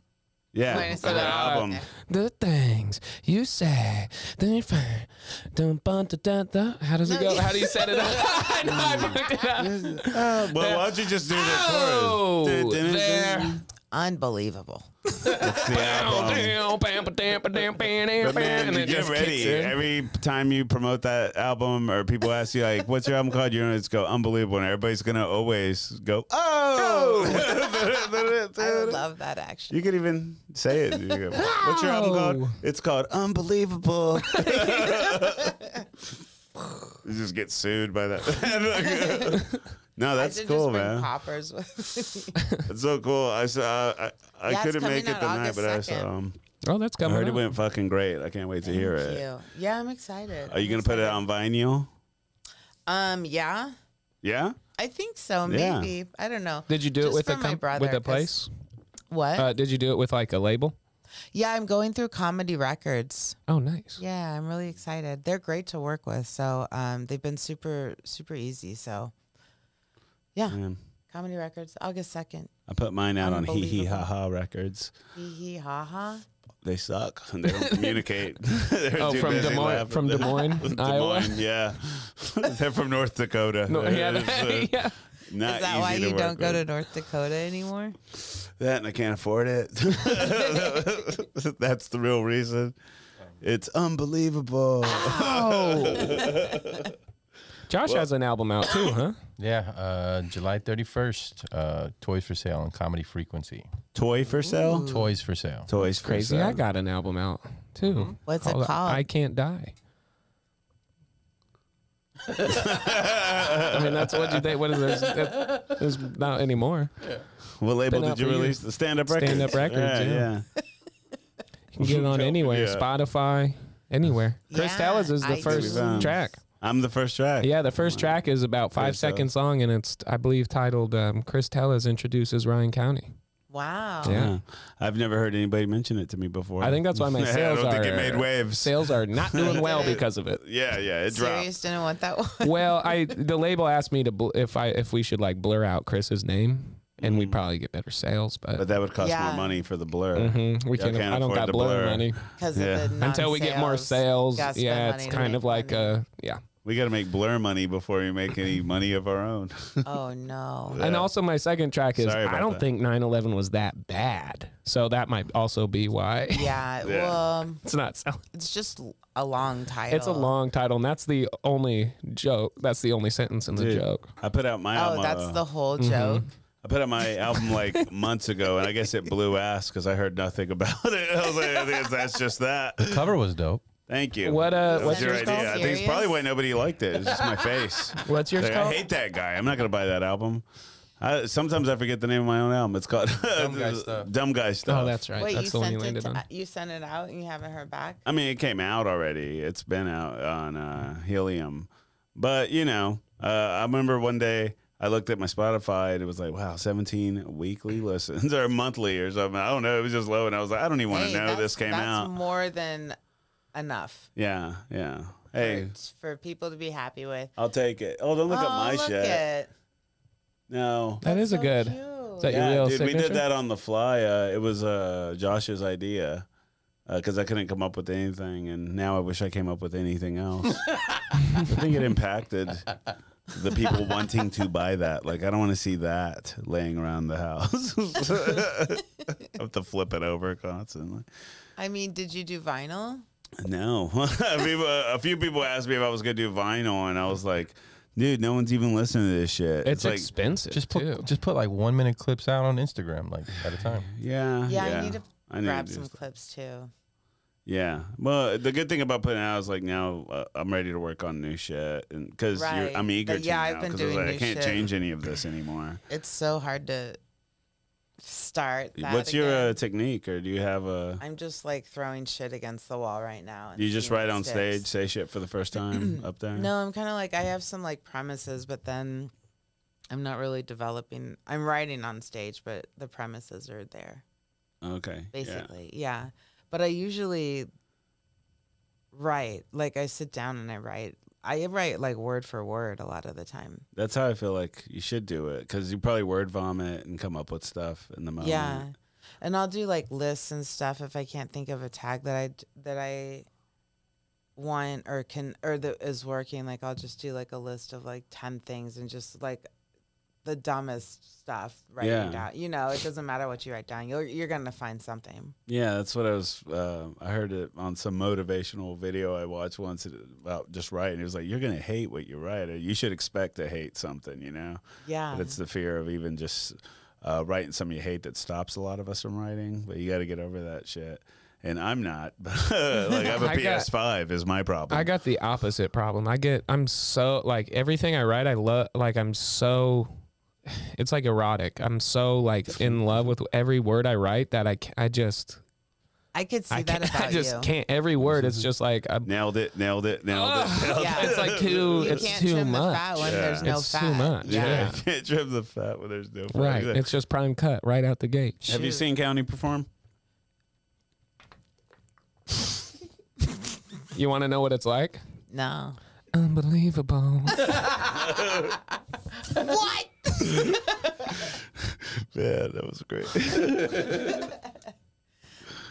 B: Yeah,
D: Minus
B: for the
D: the-
B: album.
C: The things you say. Then you find. Dun, bun, dun, dun, dun. How does it
D: No,
C: go?
D: you-
C: How do you set it up? *laughs* I know I fucked it
B: Mm.
C: *laughs* up.
B: *laughs* Well, why don't you just do the
C: Oh,
B: chorus? Dun, dun, dun,
C: there.
D: Unbelievable.
B: It's the album. But man,
C: And it
B: get
C: just kicks
B: ready.
C: in.
B: Every time you promote that album, or people ask you like, "What's your album called?" You're gonna just go unbelievable, and everybody's gonna always go, *laughs*
D: I would
B: "Oh."
D: love that actually.
B: you could even say it. You go, What's your album called? It's called Unbelievable. *laughs* you just get sued by that. *laughs* no, that's
D: I should
B: cool,
D: just bring
B: man.
D: Poppers with me.
B: It's so cool. I saw. I, I,
D: Yeah,
B: I
D: it's
B: couldn't
D: coming
B: make it
D: out
B: tonight,
D: August
B: but I saw.
D: 2nd.
B: Um,
C: Oh, that's
B: I
C: coming.
B: heard it
C: up.
B: went fucking great. I can't wait to hear it.
D: Cute. Yeah, I'm excited.
B: Are you gonna put it on vinyl?
D: Um, yeah,
B: Yeah.
D: I think so.
B: Yeah.
D: Maybe I don't know.
C: Did you do it
D: Just
C: with
D: for
C: a
D: my
C: com-
D: brother,
C: with a
D: 'cause-
C: place?
D: What?
C: Uh, did you do it with like a label?
D: yeah, I'm going through Comedy Records.
C: Oh, nice.
D: Yeah, I'm really excited. They're great to work with. So, um, they've been super super easy. So, yeah,
B: Man,
D: Comedy Records, August second.
B: I put mine out on Hee Hee
D: Unbelievable.
B: Ha Ha Records.
D: Hee hee ha ha.
B: They suck. *laughs* and They don't communicate. *laughs* They're
C: Oh,
B: too
C: from
B: busy
C: Des Moines,
B: laughing.
C: from *laughs* Des Moines,
B: Des
C: Iowa.
B: Moines,
C: *laughs*
B: yeah. They're from North Dakota.
C: No, *laughs* yeah,
B: It's, uh,
C: yeah.
B: not
D: Is that why
B: easy to
D: you
B: work
D: don't go to
B: with.
D: North Dakota anymore?
B: that? And I can't afford it. *laughs* That's the real reason. It's
C: *gasps*
B: unbelievable.
C: Josh has an album out too, huh?
E: Yeah, uh, July 31st, uh, Toys for Sale on Comedy Frequency.
B: Toy for sale.
E: Toys for Sale.
B: Toys for
C: *laughs* Crazy.
B: sale.
C: I got an album out too.
D: What's it called?
C: I Can't *laughs* Die. I mean, that's what you think. What is this? That- There's not anymore.
B: What label
C: Been
B: did
C: out
B: you
C: for
B: release?
C: years.
B: The stand up records.
C: Stand Up Records, yeah. You can get it *laughs* on anywhere,
B: Yeah.
C: Spotify, anywhere. Chris
D: Yeah,
C: Tellez is the
D: iTunes.
C: first
B: Um,
C: track.
B: I'm the first track.
C: Yeah, the first uh, track is about five
B: Chris Tellez.
C: seconds long, and it's I believe titled um, "Chris Tellez introduces Ryan County."
D: wow.
C: Yeah.
B: Yeah. I've never heard anybody mention it to me before.
C: I think that's why
B: *laughs*
C: my
B: I
C: sales
B: don't think
C: are-
B: it made waves.
C: Sales are not *laughs* doing well because of it.
B: Yeah, yeah, it dropped.
D: Serious didn't want that *laughs* one.
C: Well, I the label asked me to bl- if I if we should like blur out Chris's name, and we'd probably get better sales, Mm-hmm. but,
B: But that would cost
D: Yeah.
B: more money for the blur.
C: Mhm, we
B: Y'all
C: can't.
B: can't
C: I don't
B: afford
C: got
B: the
C: blur
B: blur.
C: money
D: Because
B: Yeah.
D: of the
C: until we get more sales.
D: non-sales. Gotta spend
C: Yeah, it's
D: money to
C: kind
D: make
C: of like
D: money.
C: uh yeah.
B: We got to make blur money before we make any money of our own. *laughs*
D: Oh no.
C: And also, my second track is
B: Sorry
C: I
B: about
C: don't
B: that.
C: think 9 11 was that bad. So that might also be why *laughs*
D: Yeah. Well, um,
C: it's not selling.
D: it's just a long title.
C: It's a long title, and that's the only joke. That's the only sentence in the
B: Dude,
C: joke.
B: I put out my
D: Oh,
B: album.
D: that's
B: uh,
D: the whole
C: Mm-hmm.
D: joke.
B: I put out my album like months ago, and I guess it blew ass because I heard nothing about *laughs* it. I was like, I think that's just that.
E: Cover was dope.
B: Thank you.
C: What, uh,
B: That
C: what's
B: was your
D: yours
B: idea? I
D: called?
B: think it's probably why nobody liked it. It's just my
C: *laughs*
B: face.
C: What's yours
B: Like, I hate that guy. I'm not gonna buy that album. I, sometimes I forget the name of my own album. It's called *laughs*
E: Dumb Guy Stuff.
B: Dumb Guy Stuff.
C: Oh, that's right.
D: Wait,
C: that's
D: you
C: the one
D: sent
C: you
D: it
C: landed
D: to-
C: on.
D: you sent it out and you haven't heard back?
B: I mean, it came out already. It's been out on uh, Helium, but you know, uh, I remember one day I looked at my Spotify and it was like, wow, 17 weekly *laughs* listens or monthly or something. I don't know. It was just low, and I was like, I don't even want
D: Hey,
B: to know
D: that's-
B: this came
D: that's
B: out.
D: more than enough
B: yeah, yeah.
D: for-
B: Hey,
D: for, people to be happy with.
B: I'll take it. Oh, don't look at
D: Oh,
B: my
D: look
B: shit.
D: it.
B: No.
C: That
D: That's
C: is a
D: so
C: good.
D: cute.
C: Is that your
B: yeah,
C: real
B: dude, we
C: signature?
B: did that on the fly. Uh, it was uh, Josh's idea because I couldn't come up with anything, and now I wish I came up with anything
C: *laughs*
B: else. I think it impacted the people wanting to buy that. Like, I don't want to see that laying around the house. *laughs* I have to flip it over constantly.
D: I mean, did you do vinyl?
B: No, *laughs* People- a few people asked me if I was gonna do vinyl, and I was like, "Dude, no one's even listening to this shit."
C: It's,
B: like,
C: expensive
E: Just put
C: too.
E: just put like one minute clips out on Instagram, like at a time.
B: yeah,
D: Yeah, I need to
B: I need
D: grab
B: to do
D: some
B: stuff.
D: clips too.
B: Yeah. Well, the good thing about putting it out is like now uh, I'm ready to work on new shit, and because
D: Right.
B: I'm eager
D: But
B: to.
D: yeah,
B: now,
D: I've been
B: 'cause I was
D: doing
B: like, I
D: new
B: can't
D: shit.
B: change any of this anymore.
D: It's so hard to start. That
B: What's your
D: again.
B: uh, technique, or do you have a?
D: I'm just like throwing shit against the wall right now. and
B: You just
D: seeing what
B: write on stage,
D: sticks.
B: say shit for the
D: *clears throat*
B: first time up there.
D: No, I'm kind of like I have some like premises, but then I'm not really developing. I'm writing on stage, but the premises are there
B: Okay. yeah.
D: basically. Yeah. But I usually write like I sit down and I write. I write like word for word a lot of the time.
B: That's how I feel like you should do it, because you probably word vomit and come up with stuff in the moment.
D: yeah. Um, And I'll do like lists and stuff if I can't think of a tag that I d- that I want or can or that is working. Like I'll just do like a list of like ten things and just like the dumbest stuff writing
B: Yeah.
D: down. You know, it doesn't matter what you write down. You're you're gonna find something.
B: Yeah, that's what I was. Uh, I heard it on some motivational video I watched once about just writing. It was like, you're going to hate what you write, or you should expect to hate something, you know?
D: Yeah.
B: But it's the fear of even just uh, writing something you hate that stops a lot of us from writing. But you got to get over that shit. And I'm not. *laughs* like, I have a
C: *laughs* I got-
B: PS PS5 is my problem.
C: I got the opposite problem. I get I'm so like everything I write, I love like I'm so it's like erotic. I'm so like in love with every word I write that I ca- I just
D: I could see
C: I
D: that
C: can't,
D: about
C: I just
D: you.
C: can't every word it's just like I,
B: nailed it, nailed it, nailed
C: Oh,
B: it. Nailed
D: Yeah.
B: it.
C: *laughs* it's like too
D: You
C: it's
D: can't
C: too
D: trim the
C: much.
D: fat when
B: Yeah.
D: there's no
C: It's too
D: fat.
C: much.
D: Yeah.
B: Yeah. *laughs* can't trim the fat when there's no fat.
C: Right.
B: Exactly.
C: It's just prime cut right out the gate.
B: Have you
D: Shoot.
B: seen County perform?
C: You want to know what it's like?
D: No.
C: Unbelievable.
D: What?
B: Yeah, that was great.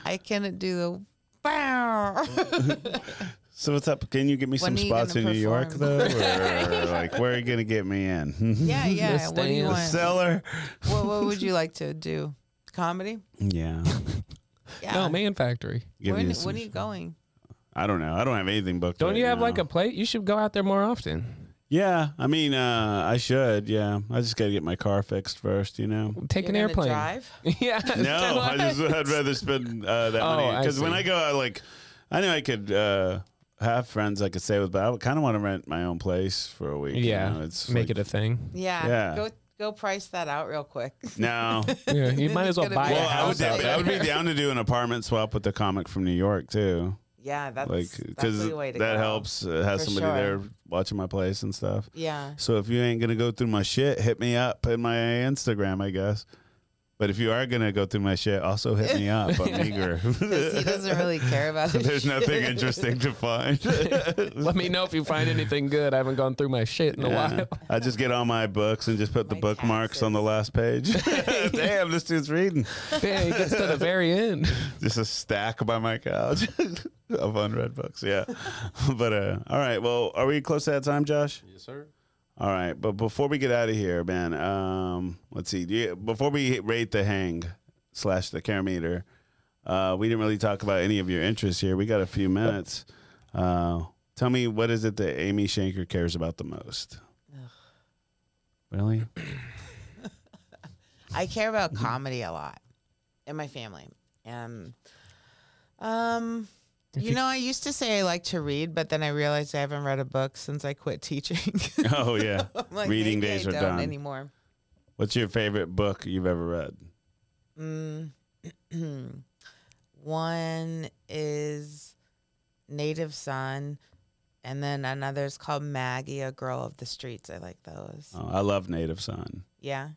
D: I couldn't do the bow.
B: *laughs* So what's up? Can you get me some
D: When are you
B: spots in
D: gonna
B: New York though?
D: *laughs* perform?
B: Or like where are you gonna get me in? *laughs*
D: yeah, yeah. What do you
C: Stand.
D: want?
B: Cellar?
D: what, what
B: *laughs*
D: would you like to do? Comedy?
B: Yeah.
C: *laughs*
D: Yeah.
C: No, Man Factory.
B: Give
D: when,
B: me
D: when
B: some
D: are you going?
B: I don't know. I don't have anything booked.
C: Don't
B: right
C: you have
B: now.
C: like a plate? You should go out there more often.
B: Yeah, I mean uh I should, yeah. I just gotta get my car fixed first, you
C: *laughs*
B: know.
C: Take
D: You're
C: an
D: gonna
C: airplane.
D: Drive?
C: *laughs* yeah. *laughs*
B: No, I just I'd rather spend uh, that
C: Oh,
B: money
C: I
B: because when
C: see.
B: I go out, like I know I could uh, have friends I could stay with, but I kind of want to rent my own place for a week. you
C: yeah.
B: know? it's
C: make
B: like-
C: it a thing.
D: *laughs* Yeah.
B: Yeah.
D: Go go price that out real quick.
C: *laughs*
B: no.
C: Yeah, you might
D: it's
C: as well
D: gonna
C: buy
D: be-
C: a
B: Well, I would,
C: house
D: down-
C: out
B: be- I
C: there.
B: would be down to do an apartment swap with the comic from New York too.
D: *laughs* Yeah, that's
B: like
D: that's
B: because
D: the way
B: that
D: to go.
B: helps uh, has
D: For
B: somebody
D: sure.
B: there watching my place and stuff *laughs*
D: Yeah.
B: so if you ain't gonna go through my shit hit me up in my instagram i guess But if you are gonna go through my shit, also hit me up.
C: *laughs*
B: I'm eager. *laughs*
D: 'Cause he doesn't really care about his
B: There's nothing
D: shit.
B: interesting to
C: *laughs*
B: find.
C: *laughs* Let me know if you find anything good. I haven't gone through my shit in a
B: Yeah.
C: while. *laughs*
B: I just get all my books and just put the
D: My
B: bookmarks on the last page.
C: *laughs*
B: *laughs* Damn, this dude's reading.
C: Yeah, it gets to the very end. *laughs*
B: Just a stack by my couch *laughs* of unread books. Yeah. *laughs* but uh, all right. Well, are we close to that time, Josh?
E: Yes, sir.
B: All right. But before we get out of here, man, um, let's see. Do you- before we rate the hang slash the care meter, uh, we didn't really talk about any of your interests here. We got a few minutes. Uh, tell me, what is it that Amy Shanker cares about the most? Really?
D: I care about comedy a lot in my family. Um, um, you know, I used to say I like to read, but then I realized I haven't read a book since I quit teaching.
B: *laughs*
D: *laughs*
B: Oh, yeah.
D: I'm like,
B: Reading
D: maybe I
B: days are
D: don't
B: done.
D: anymore.
B: What's your favorite book you've ever read?
D: Mm. *clears throat* One is Native Son, and then another is called Maggie, a girl of the streets. I like those.
B: Oh, I love Native Son.
D: Yeah,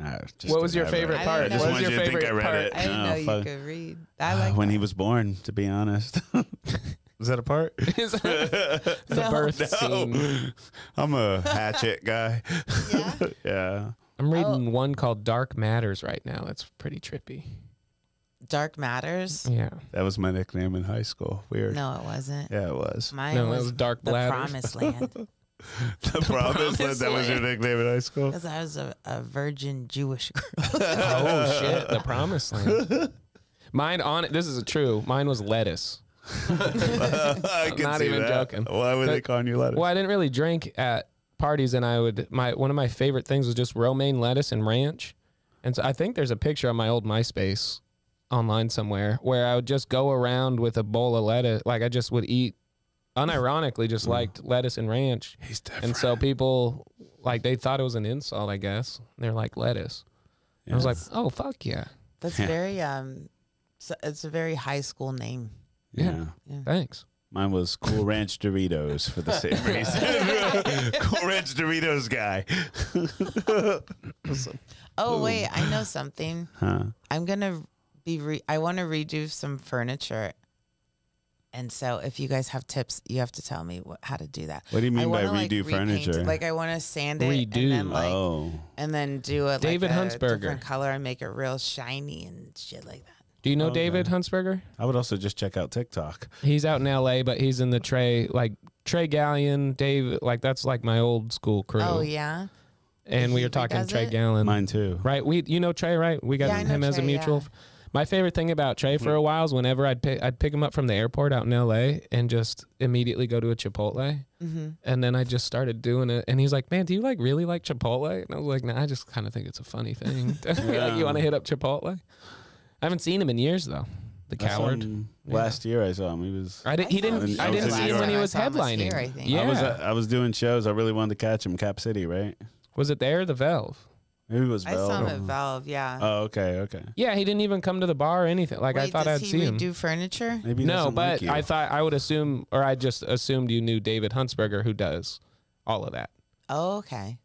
B: Ah, just
C: What was your
B: I read it.
C: favorite
D: I
C: part?
B: I
D: didn't know.
B: just
D: What
B: wanted
C: was
B: you
C: your
B: to think I
C: favorite
B: read
C: part?
B: it.
D: I didn't
B: No,
D: know you
B: fuck.
D: could
B: *sighs*
D: read. I like
B: Uh, when
D: that.
B: he was born, to be honest. *laughs* was that a part? *laughs*
C: Is that the
D: No.
C: birth scene.
B: no. I'm a hatchet guy.
D: Yeah?
B: *laughs* yeah.
C: I'm
D: Oh.
C: reading one called Dark Matters right now. That's pretty trippy.
D: Dark Matters.
C: Yeah.
B: That was my nickname in high school. Weird.
D: No, it wasn't.
B: Yeah, it was.
D: Mine
C: no, that
D: was
C: was Dark
D: the
C: Bladders.
D: Promised
B: *laughs*
D: Land
B: The,
D: *laughs*
B: promise that, that was your
C: Land.
B: nickname in high school.
D: because I was a, a virgin Jewish girl.
C: oh
B: *laughs*
C: shit, the Promised Land. Mine on it. This is true. Mine was lettuce.
B: *laughs* I can
C: not
B: see
C: even
B: that.
C: joking.
B: Why were they calling you lettuce?
C: Well, I didn't really drink at parties, and I would my one of my favorite things was just romaine lettuce and ranch. And so I think there's a picture on my old MySpace online somewhere where I would just go around with a bowl of lettuce, like I just would eat, unironically, just liked lettuce and ranch.
B: He's different.
C: And so people like they thought it was an insult, I guess. They're like lettuce. I was like, oh fuck yeah,
D: That's
B: Yeah.
D: very um, so it's a very high school name.
C: yeah.
B: yeah.
C: thanks.
B: Mine was Cool Ranch Doritos for the
D: *laughs*
B: same reason. *laughs* cool Ranch Doritos guy. *laughs*
D: Oh wait, I know something.
B: Huh.
D: I'm gonna be. Re- I want to redo some furniture, and so if you guys have tips, you have to tell me what, how to do that.
B: What do you
D: I
B: mean by
D: wanna, like,
B: redo
D: repaint
B: furniture?
D: It. Like I want to sand it
C: Redo.
D: and then like
B: oh,
D: and then do it
C: David
D: like a
C: Huntsberger.
D: different color and make it real shiny and shit like that.
C: Do you know
B: Okay.
C: David Huntsberger?
B: I would also just check out TikTok.
C: He's out in LA, but he's in the Trey like Trey Gallion, Dave like that's like my old school crew.
D: Oh yeah,
C: And we
D: He
C: were talking
D: does
C: Trey
D: it?
C: Gallion.
B: Mine too.
C: Right. We you know Trey, right? We got
D: Yeah, I know
C: him as a
D: Trey,
C: mutual.
D: yeah.
C: My favorite thing about Trey for a while is whenever I'd pick I'd pick him up from the airport out in LA and just immediately go to a Chipotle.
D: mm-hmm.
C: And then I just started doing it. And he's like, man, do you like really like Chipotle? And I was like, nah, I just kind of think it's a funny thing. *laughs* like, you want to hit up Chipotle? I haven't seen him in years, though. The
B: I saw
C: coward.
B: him Last year I saw him. He was.
C: I didn't.
D: I
C: He
D: saw
C: didn't.
B: him
C: I
B: in
C: didn't
B: Chipotle last
C: see him when he
D: time I
C: was
D: saw him was
C: headlining.
D: here, I think.
C: Yeah.
B: I was. uh,
C: was,
B: I was doing shows. I really wanted to catch him. Cap City, right?
C: it there? or The Valve.
B: Maybe it was.
D: I saw him
B: Bell.
D: at Valve. Yeah.
B: Oh, okay, okay.
C: Yeah, he didn't even come to the bar or anything. Uh, Like I
D: Wait,
C: thought
D: does
C: I'd
D: he
C: see him.
D: redo furniture?
B: Maybe he
C: No,
B: doesn't
C: but
B: like you.
C: I thought I would assume, or I just assumed you knew David Huntsberger, who does all of that.
D: Oh, okay.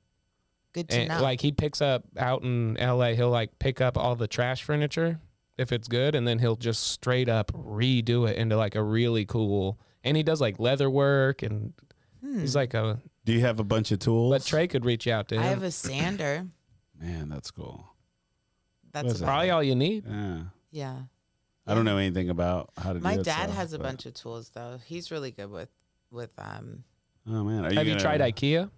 D: Good to
C: And
D: know.
C: like he picks up out in L.A., he'll like pick up all the trash furniture if it's good, and then he'll just straight up redo it into like a really cool. And he does like leather work, and
D: Hmm.
C: he's like a.
B: Do you have a bunch of tools?
C: But Trey could reach out to him.
D: I have a sander.
B: Man, that's cool.
D: That's
B: is it?
D: about,
C: Probably all you need.
B: Yeah.
D: yeah.
B: I don't know anything about how to do
D: My
B: that
D: dad
B: stuff,
D: has a
B: but-
D: bunch of tools though. He's really good with with um.
B: Oh man, are you
C: have you
B: gonna-
C: tried IKEA?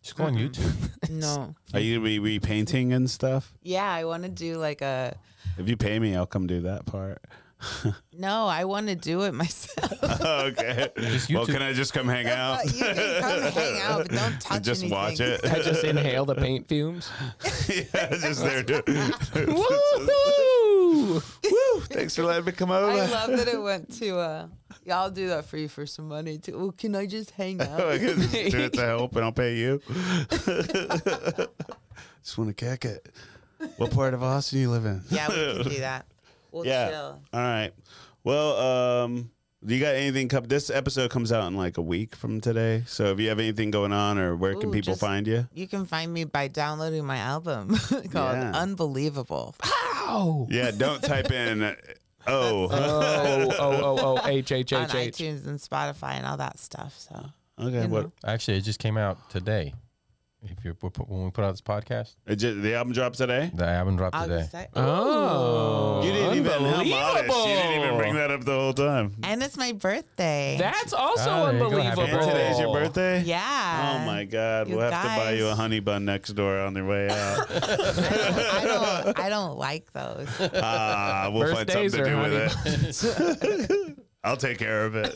E: Just go on YouTube.
D: No.
B: Are you gonna be repainting and stuff?
D: *laughs* Yeah, I want to do like a.
B: If you pay me, I'll come do that part.
D: *laughs*
B: *laughs*
D: No, I want to do it myself.
B: okay. Well,
E: YouTube.
B: can I just come hang out?
D: you can come hang out, but don't touch
B: *laughs* just
D: anything.
B: watch it.
C: I just inhale the paint fumes.
B: *laughs* yeah, just there. *laughs*
D: *laughs*
B: dude.
C: Woohoo!
B: Woo! Thanks for letting me come over. *laughs*
D: I love that it went to. uh yeah, I'll do that for you for some money too. Well, can I just
B: *laughs*
D: hang
B: I
D: out?
B: can just Oh, do
D: *laughs*
B: it to help, and I'll pay you. *laughs* just want to kick it. What part of Austin you live in?
D: yeah, we can do
B: *laughs*
D: that. We'll
B: Yeah.
D: chill.
B: All right. Well, um, do you got anything? Com- this episode comes out in like a week from today. So if you have anything going on, or where can
D: Ooh,
B: people
D: just-
B: find you?
D: You can find me by downloading my album *laughs* called
B: Yeah.
D: Unbelievable.
C: Wow.
B: Yeah, don't type
D: *laughs*
B: in uh, oh.
C: Oh, oh, oh, oh, *laughs* H, H,
D: on
C: H, H.
D: iTunes and Spotify and all that stuff. So
B: *laughs* Okay,
D: you
B: what?
D: know.
E: Actually, it just came out today. If you're we're pu- when we put out this podcast,
B: It ju- the album dropped today.
E: the album dropped today.
D: August sec-
C: Oh.
B: You didn't even how modest. You didn't even
C: Unbelievable.
B: bring that up the whole time.
D: and it's my birthday.
C: That's also
E: Ah, there you go. Happy
C: unbelievable.
E: birthday.
B: And today's your birthday.
D: yeah.
B: Oh my God!
D: you
B: We'll have to buy you a
D: guys.
B: honey bun next door on your way
D: *laughs*
B: out.
D: I don't,
B: *laughs*
D: I don't like those.
B: Ah, we'll find something
C: Birthdays
B: to
C: are
B: do with
C: honey
B: it. *laughs* I'll take care of it.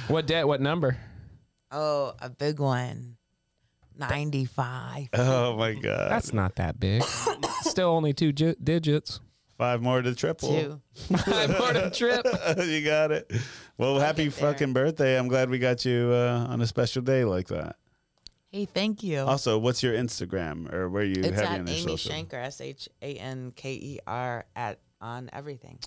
B: *laughs*
C: What debt? What number?
D: Oh, a big one. 95.
B: oh my God!
C: That's not that
B: *coughs*
C: big. Still only two gi- digits.
B: Five more to triple.
D: Two.
C: Five more *laughs* to trip.
B: *laughs* you got it. Well, happy
D: get there.
B: fucking birthday! I'm glad we got you uh, on a special day like that.
D: Hey, thank you.
B: Also, what's your Instagram or where you
D: Oh. it's
B: have you
D: at
B: on
D: Amy
B: your social?
D: Shanker, S H A N K E R, at on everything.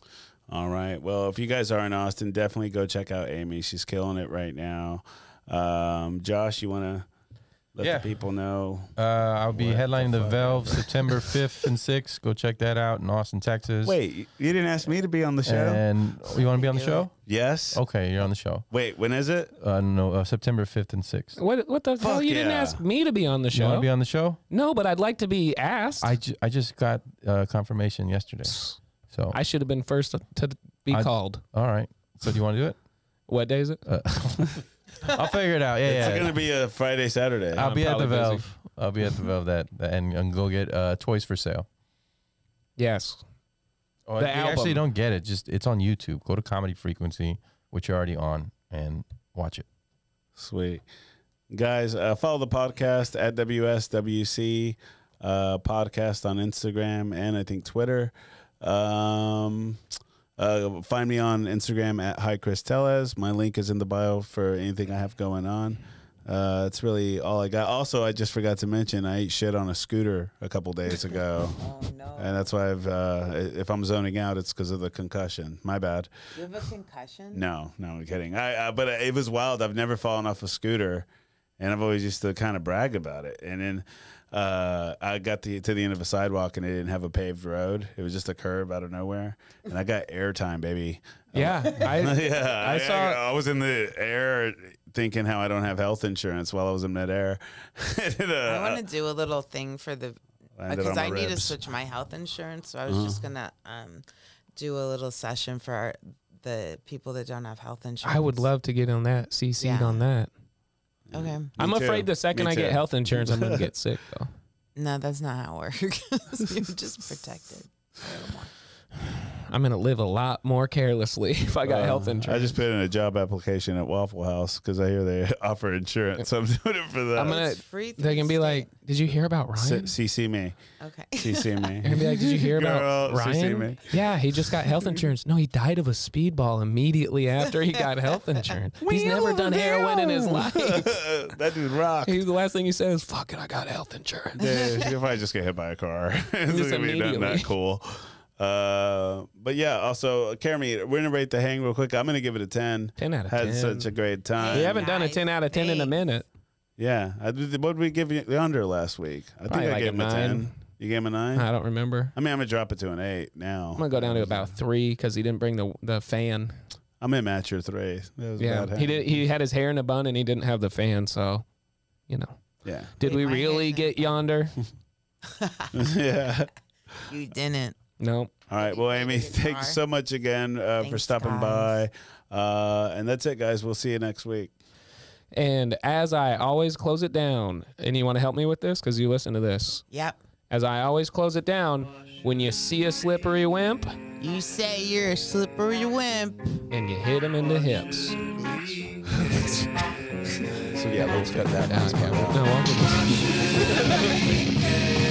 B: All right. Well, if you guys are in Austin, definitely go check out Amy. She's killing it right now. Um, Josh, you want to let
E: Yeah.
B: the people know?
E: Uh, I'll be
B: What the
E: headlining the,
B: fuck?
E: Valve
B: *laughs*
E: September 5th and 6th. Go check that out in Austin, Texas.
B: Wait, you didn't ask me to be on the show?
E: And you want to be on the
D: Do
E: show?
B: yes.
E: Okay, you're on the show.
B: Wait, when is it?
E: Uh, no, uh, September 5th and 6th.
C: What? What the hell? You didn't
B: yeah.
C: ask me to be on the
E: You want
C: show.
E: to be on the show?
C: no, but I'd like to be asked.
E: I,
C: I,
E: ju- I just got uh, confirmation yesterday. So,
C: should have been first to be
E: I-
C: called.
E: all right. So, do you want to do it?
C: What day is it?
E: Uh, I'll figure it out. Yeah,
B: It's
E: yeah.
B: going to be a Friday, Saturday.
E: I'll
C: I'm
E: be at the
C: probably busy.
E: Valve. I'll be at the Valve that, that- and, and go get uh, toys for sale.
C: Yes.
E: Or
C: The
E: if you Oh, actually
C: album.
E: don't get it. Just it's on YouTube. Go to Comedy Frequency, which you're already on, and watch it.
B: Sweet. Guys, uh, follow the podcast at WSWC uh, podcast on Instagram and I think Twitter. Um, uh, find me on Instagram at Hi Chris Tellez. My link is in the bio for anything I have going on. Uh, it's really all I got. Also, I just forgot to mention I ate shit on a scooter a couple days ago,
D: Oh, no. *laughs*
B: and that's why I've uh, if I'm zoning out, it's because of the concussion. My bad.
D: You have a concussion?
B: No, no, I'm kidding. I, uh, but it was wild. I've never fallen off a scooter, and I've always used to kind of brag about it. And then uh, I got the, to the end of a sidewalk, and it didn't have a paved road. It was just a curb out of nowhere, and I got airtime, baby.
C: Yeah. I,
B: *laughs* yeah, I,
C: saw-
B: I, I was in the air thinking how I don't have health insurance while I was in midair. *laughs* and, uh,
D: I want to do a little thing for the
B: landed on
D: because
B: my
D: I need to
B: ribs.
D: switch my health insurance. So I was just gonna um, do a little session for our, the people that don't have health insurance.
C: I would love to get on that. CC'd
D: Yeah.
C: on that.
D: Okay,
C: I'm
B: too.
C: afraid the second
B: Me
C: I
B: too.
C: get health insurance, I'm gonna
B: *laughs*
C: get sick though.
D: no, that's not how it works. *laughs* You're just protected.
C: I'm gonna live a lot more carelessly *laughs* if I got
B: Uh,
C: health
B: I
C: insurance.
B: just put in a job application at Waffle House because I hear they *laughs* offer insurance. So I'm doing it for that.
C: I'm gonna.
D: It's free
C: They can be
D: Thursday.
C: like, "Did you hear about Ryan?"
B: C- CC me.
D: okay. *laughs*
B: CC me.
C: They're gonna be like, "Did you hear about
B: Girl, CC
C: Ryan?"
B: me.
C: Yeah, he just got health insurance. No, he died of a speedball immediately after he
B: *laughs*
C: got health insurance. He's never done heroin in his
B: *laughs*
C: life.
B: that dude rock.
C: He's the last thing he said is, "Fuck it, I got health insurance."
B: Dude, he'll probably just get hit by a car. *laughs* it's
C: Just
B: gonna be nothing that
C: immediately.
B: cool. Uh, but yeah, also, Jeremy, we're gonna rate the hang real quick. I'm gonna give it a ten.
C: 10 out of
B: Had
C: 10.
B: such a great time.
C: We haven't done a
D: Nice.
C: ten out of ten in a
D: Thanks.
C: minute.
B: Yeah. I, did- what did we give you the under last week? I think
C: Probably
B: I
C: like
B: gave
C: a
B: him a ten.
C: nine.
B: You gave him a nine.
C: I don't remember.
B: I mean, I'm gonna drop it to an eight now.
C: I'm gonna go down to about three because he didn't bring the the fan.
B: I'm gonna match your three. That was a
C: Yeah,
B: bad
C: he
B: hang.
C: did. He had his hair in a bun and he didn't have the fan. So, you know,
B: Yeah. *laughs*
C: did
D: Wait,
C: we
D: my hair's
C: really
D: in a
C: get yonder?
B: yeah.
D: You didn't.
C: no.
B: All right. Well,
D: Thank you,
B: Amy,
D: David
B: thanks
D: Barr.
B: so much again uh, for
D: Thanks,
B: stopping
D: guys.
B: by. Uh, and that's it, guys. We'll see you next week.
C: And as I always close it down, and you want to help me with this because you listen to this.
D: Yep.
C: As I always close it down, when you see a slippery wimp
D: You say you're a slippery wimp.
C: and you hit him in the hips.
B: So yeah, let's cut that.
C: No, I'll give it-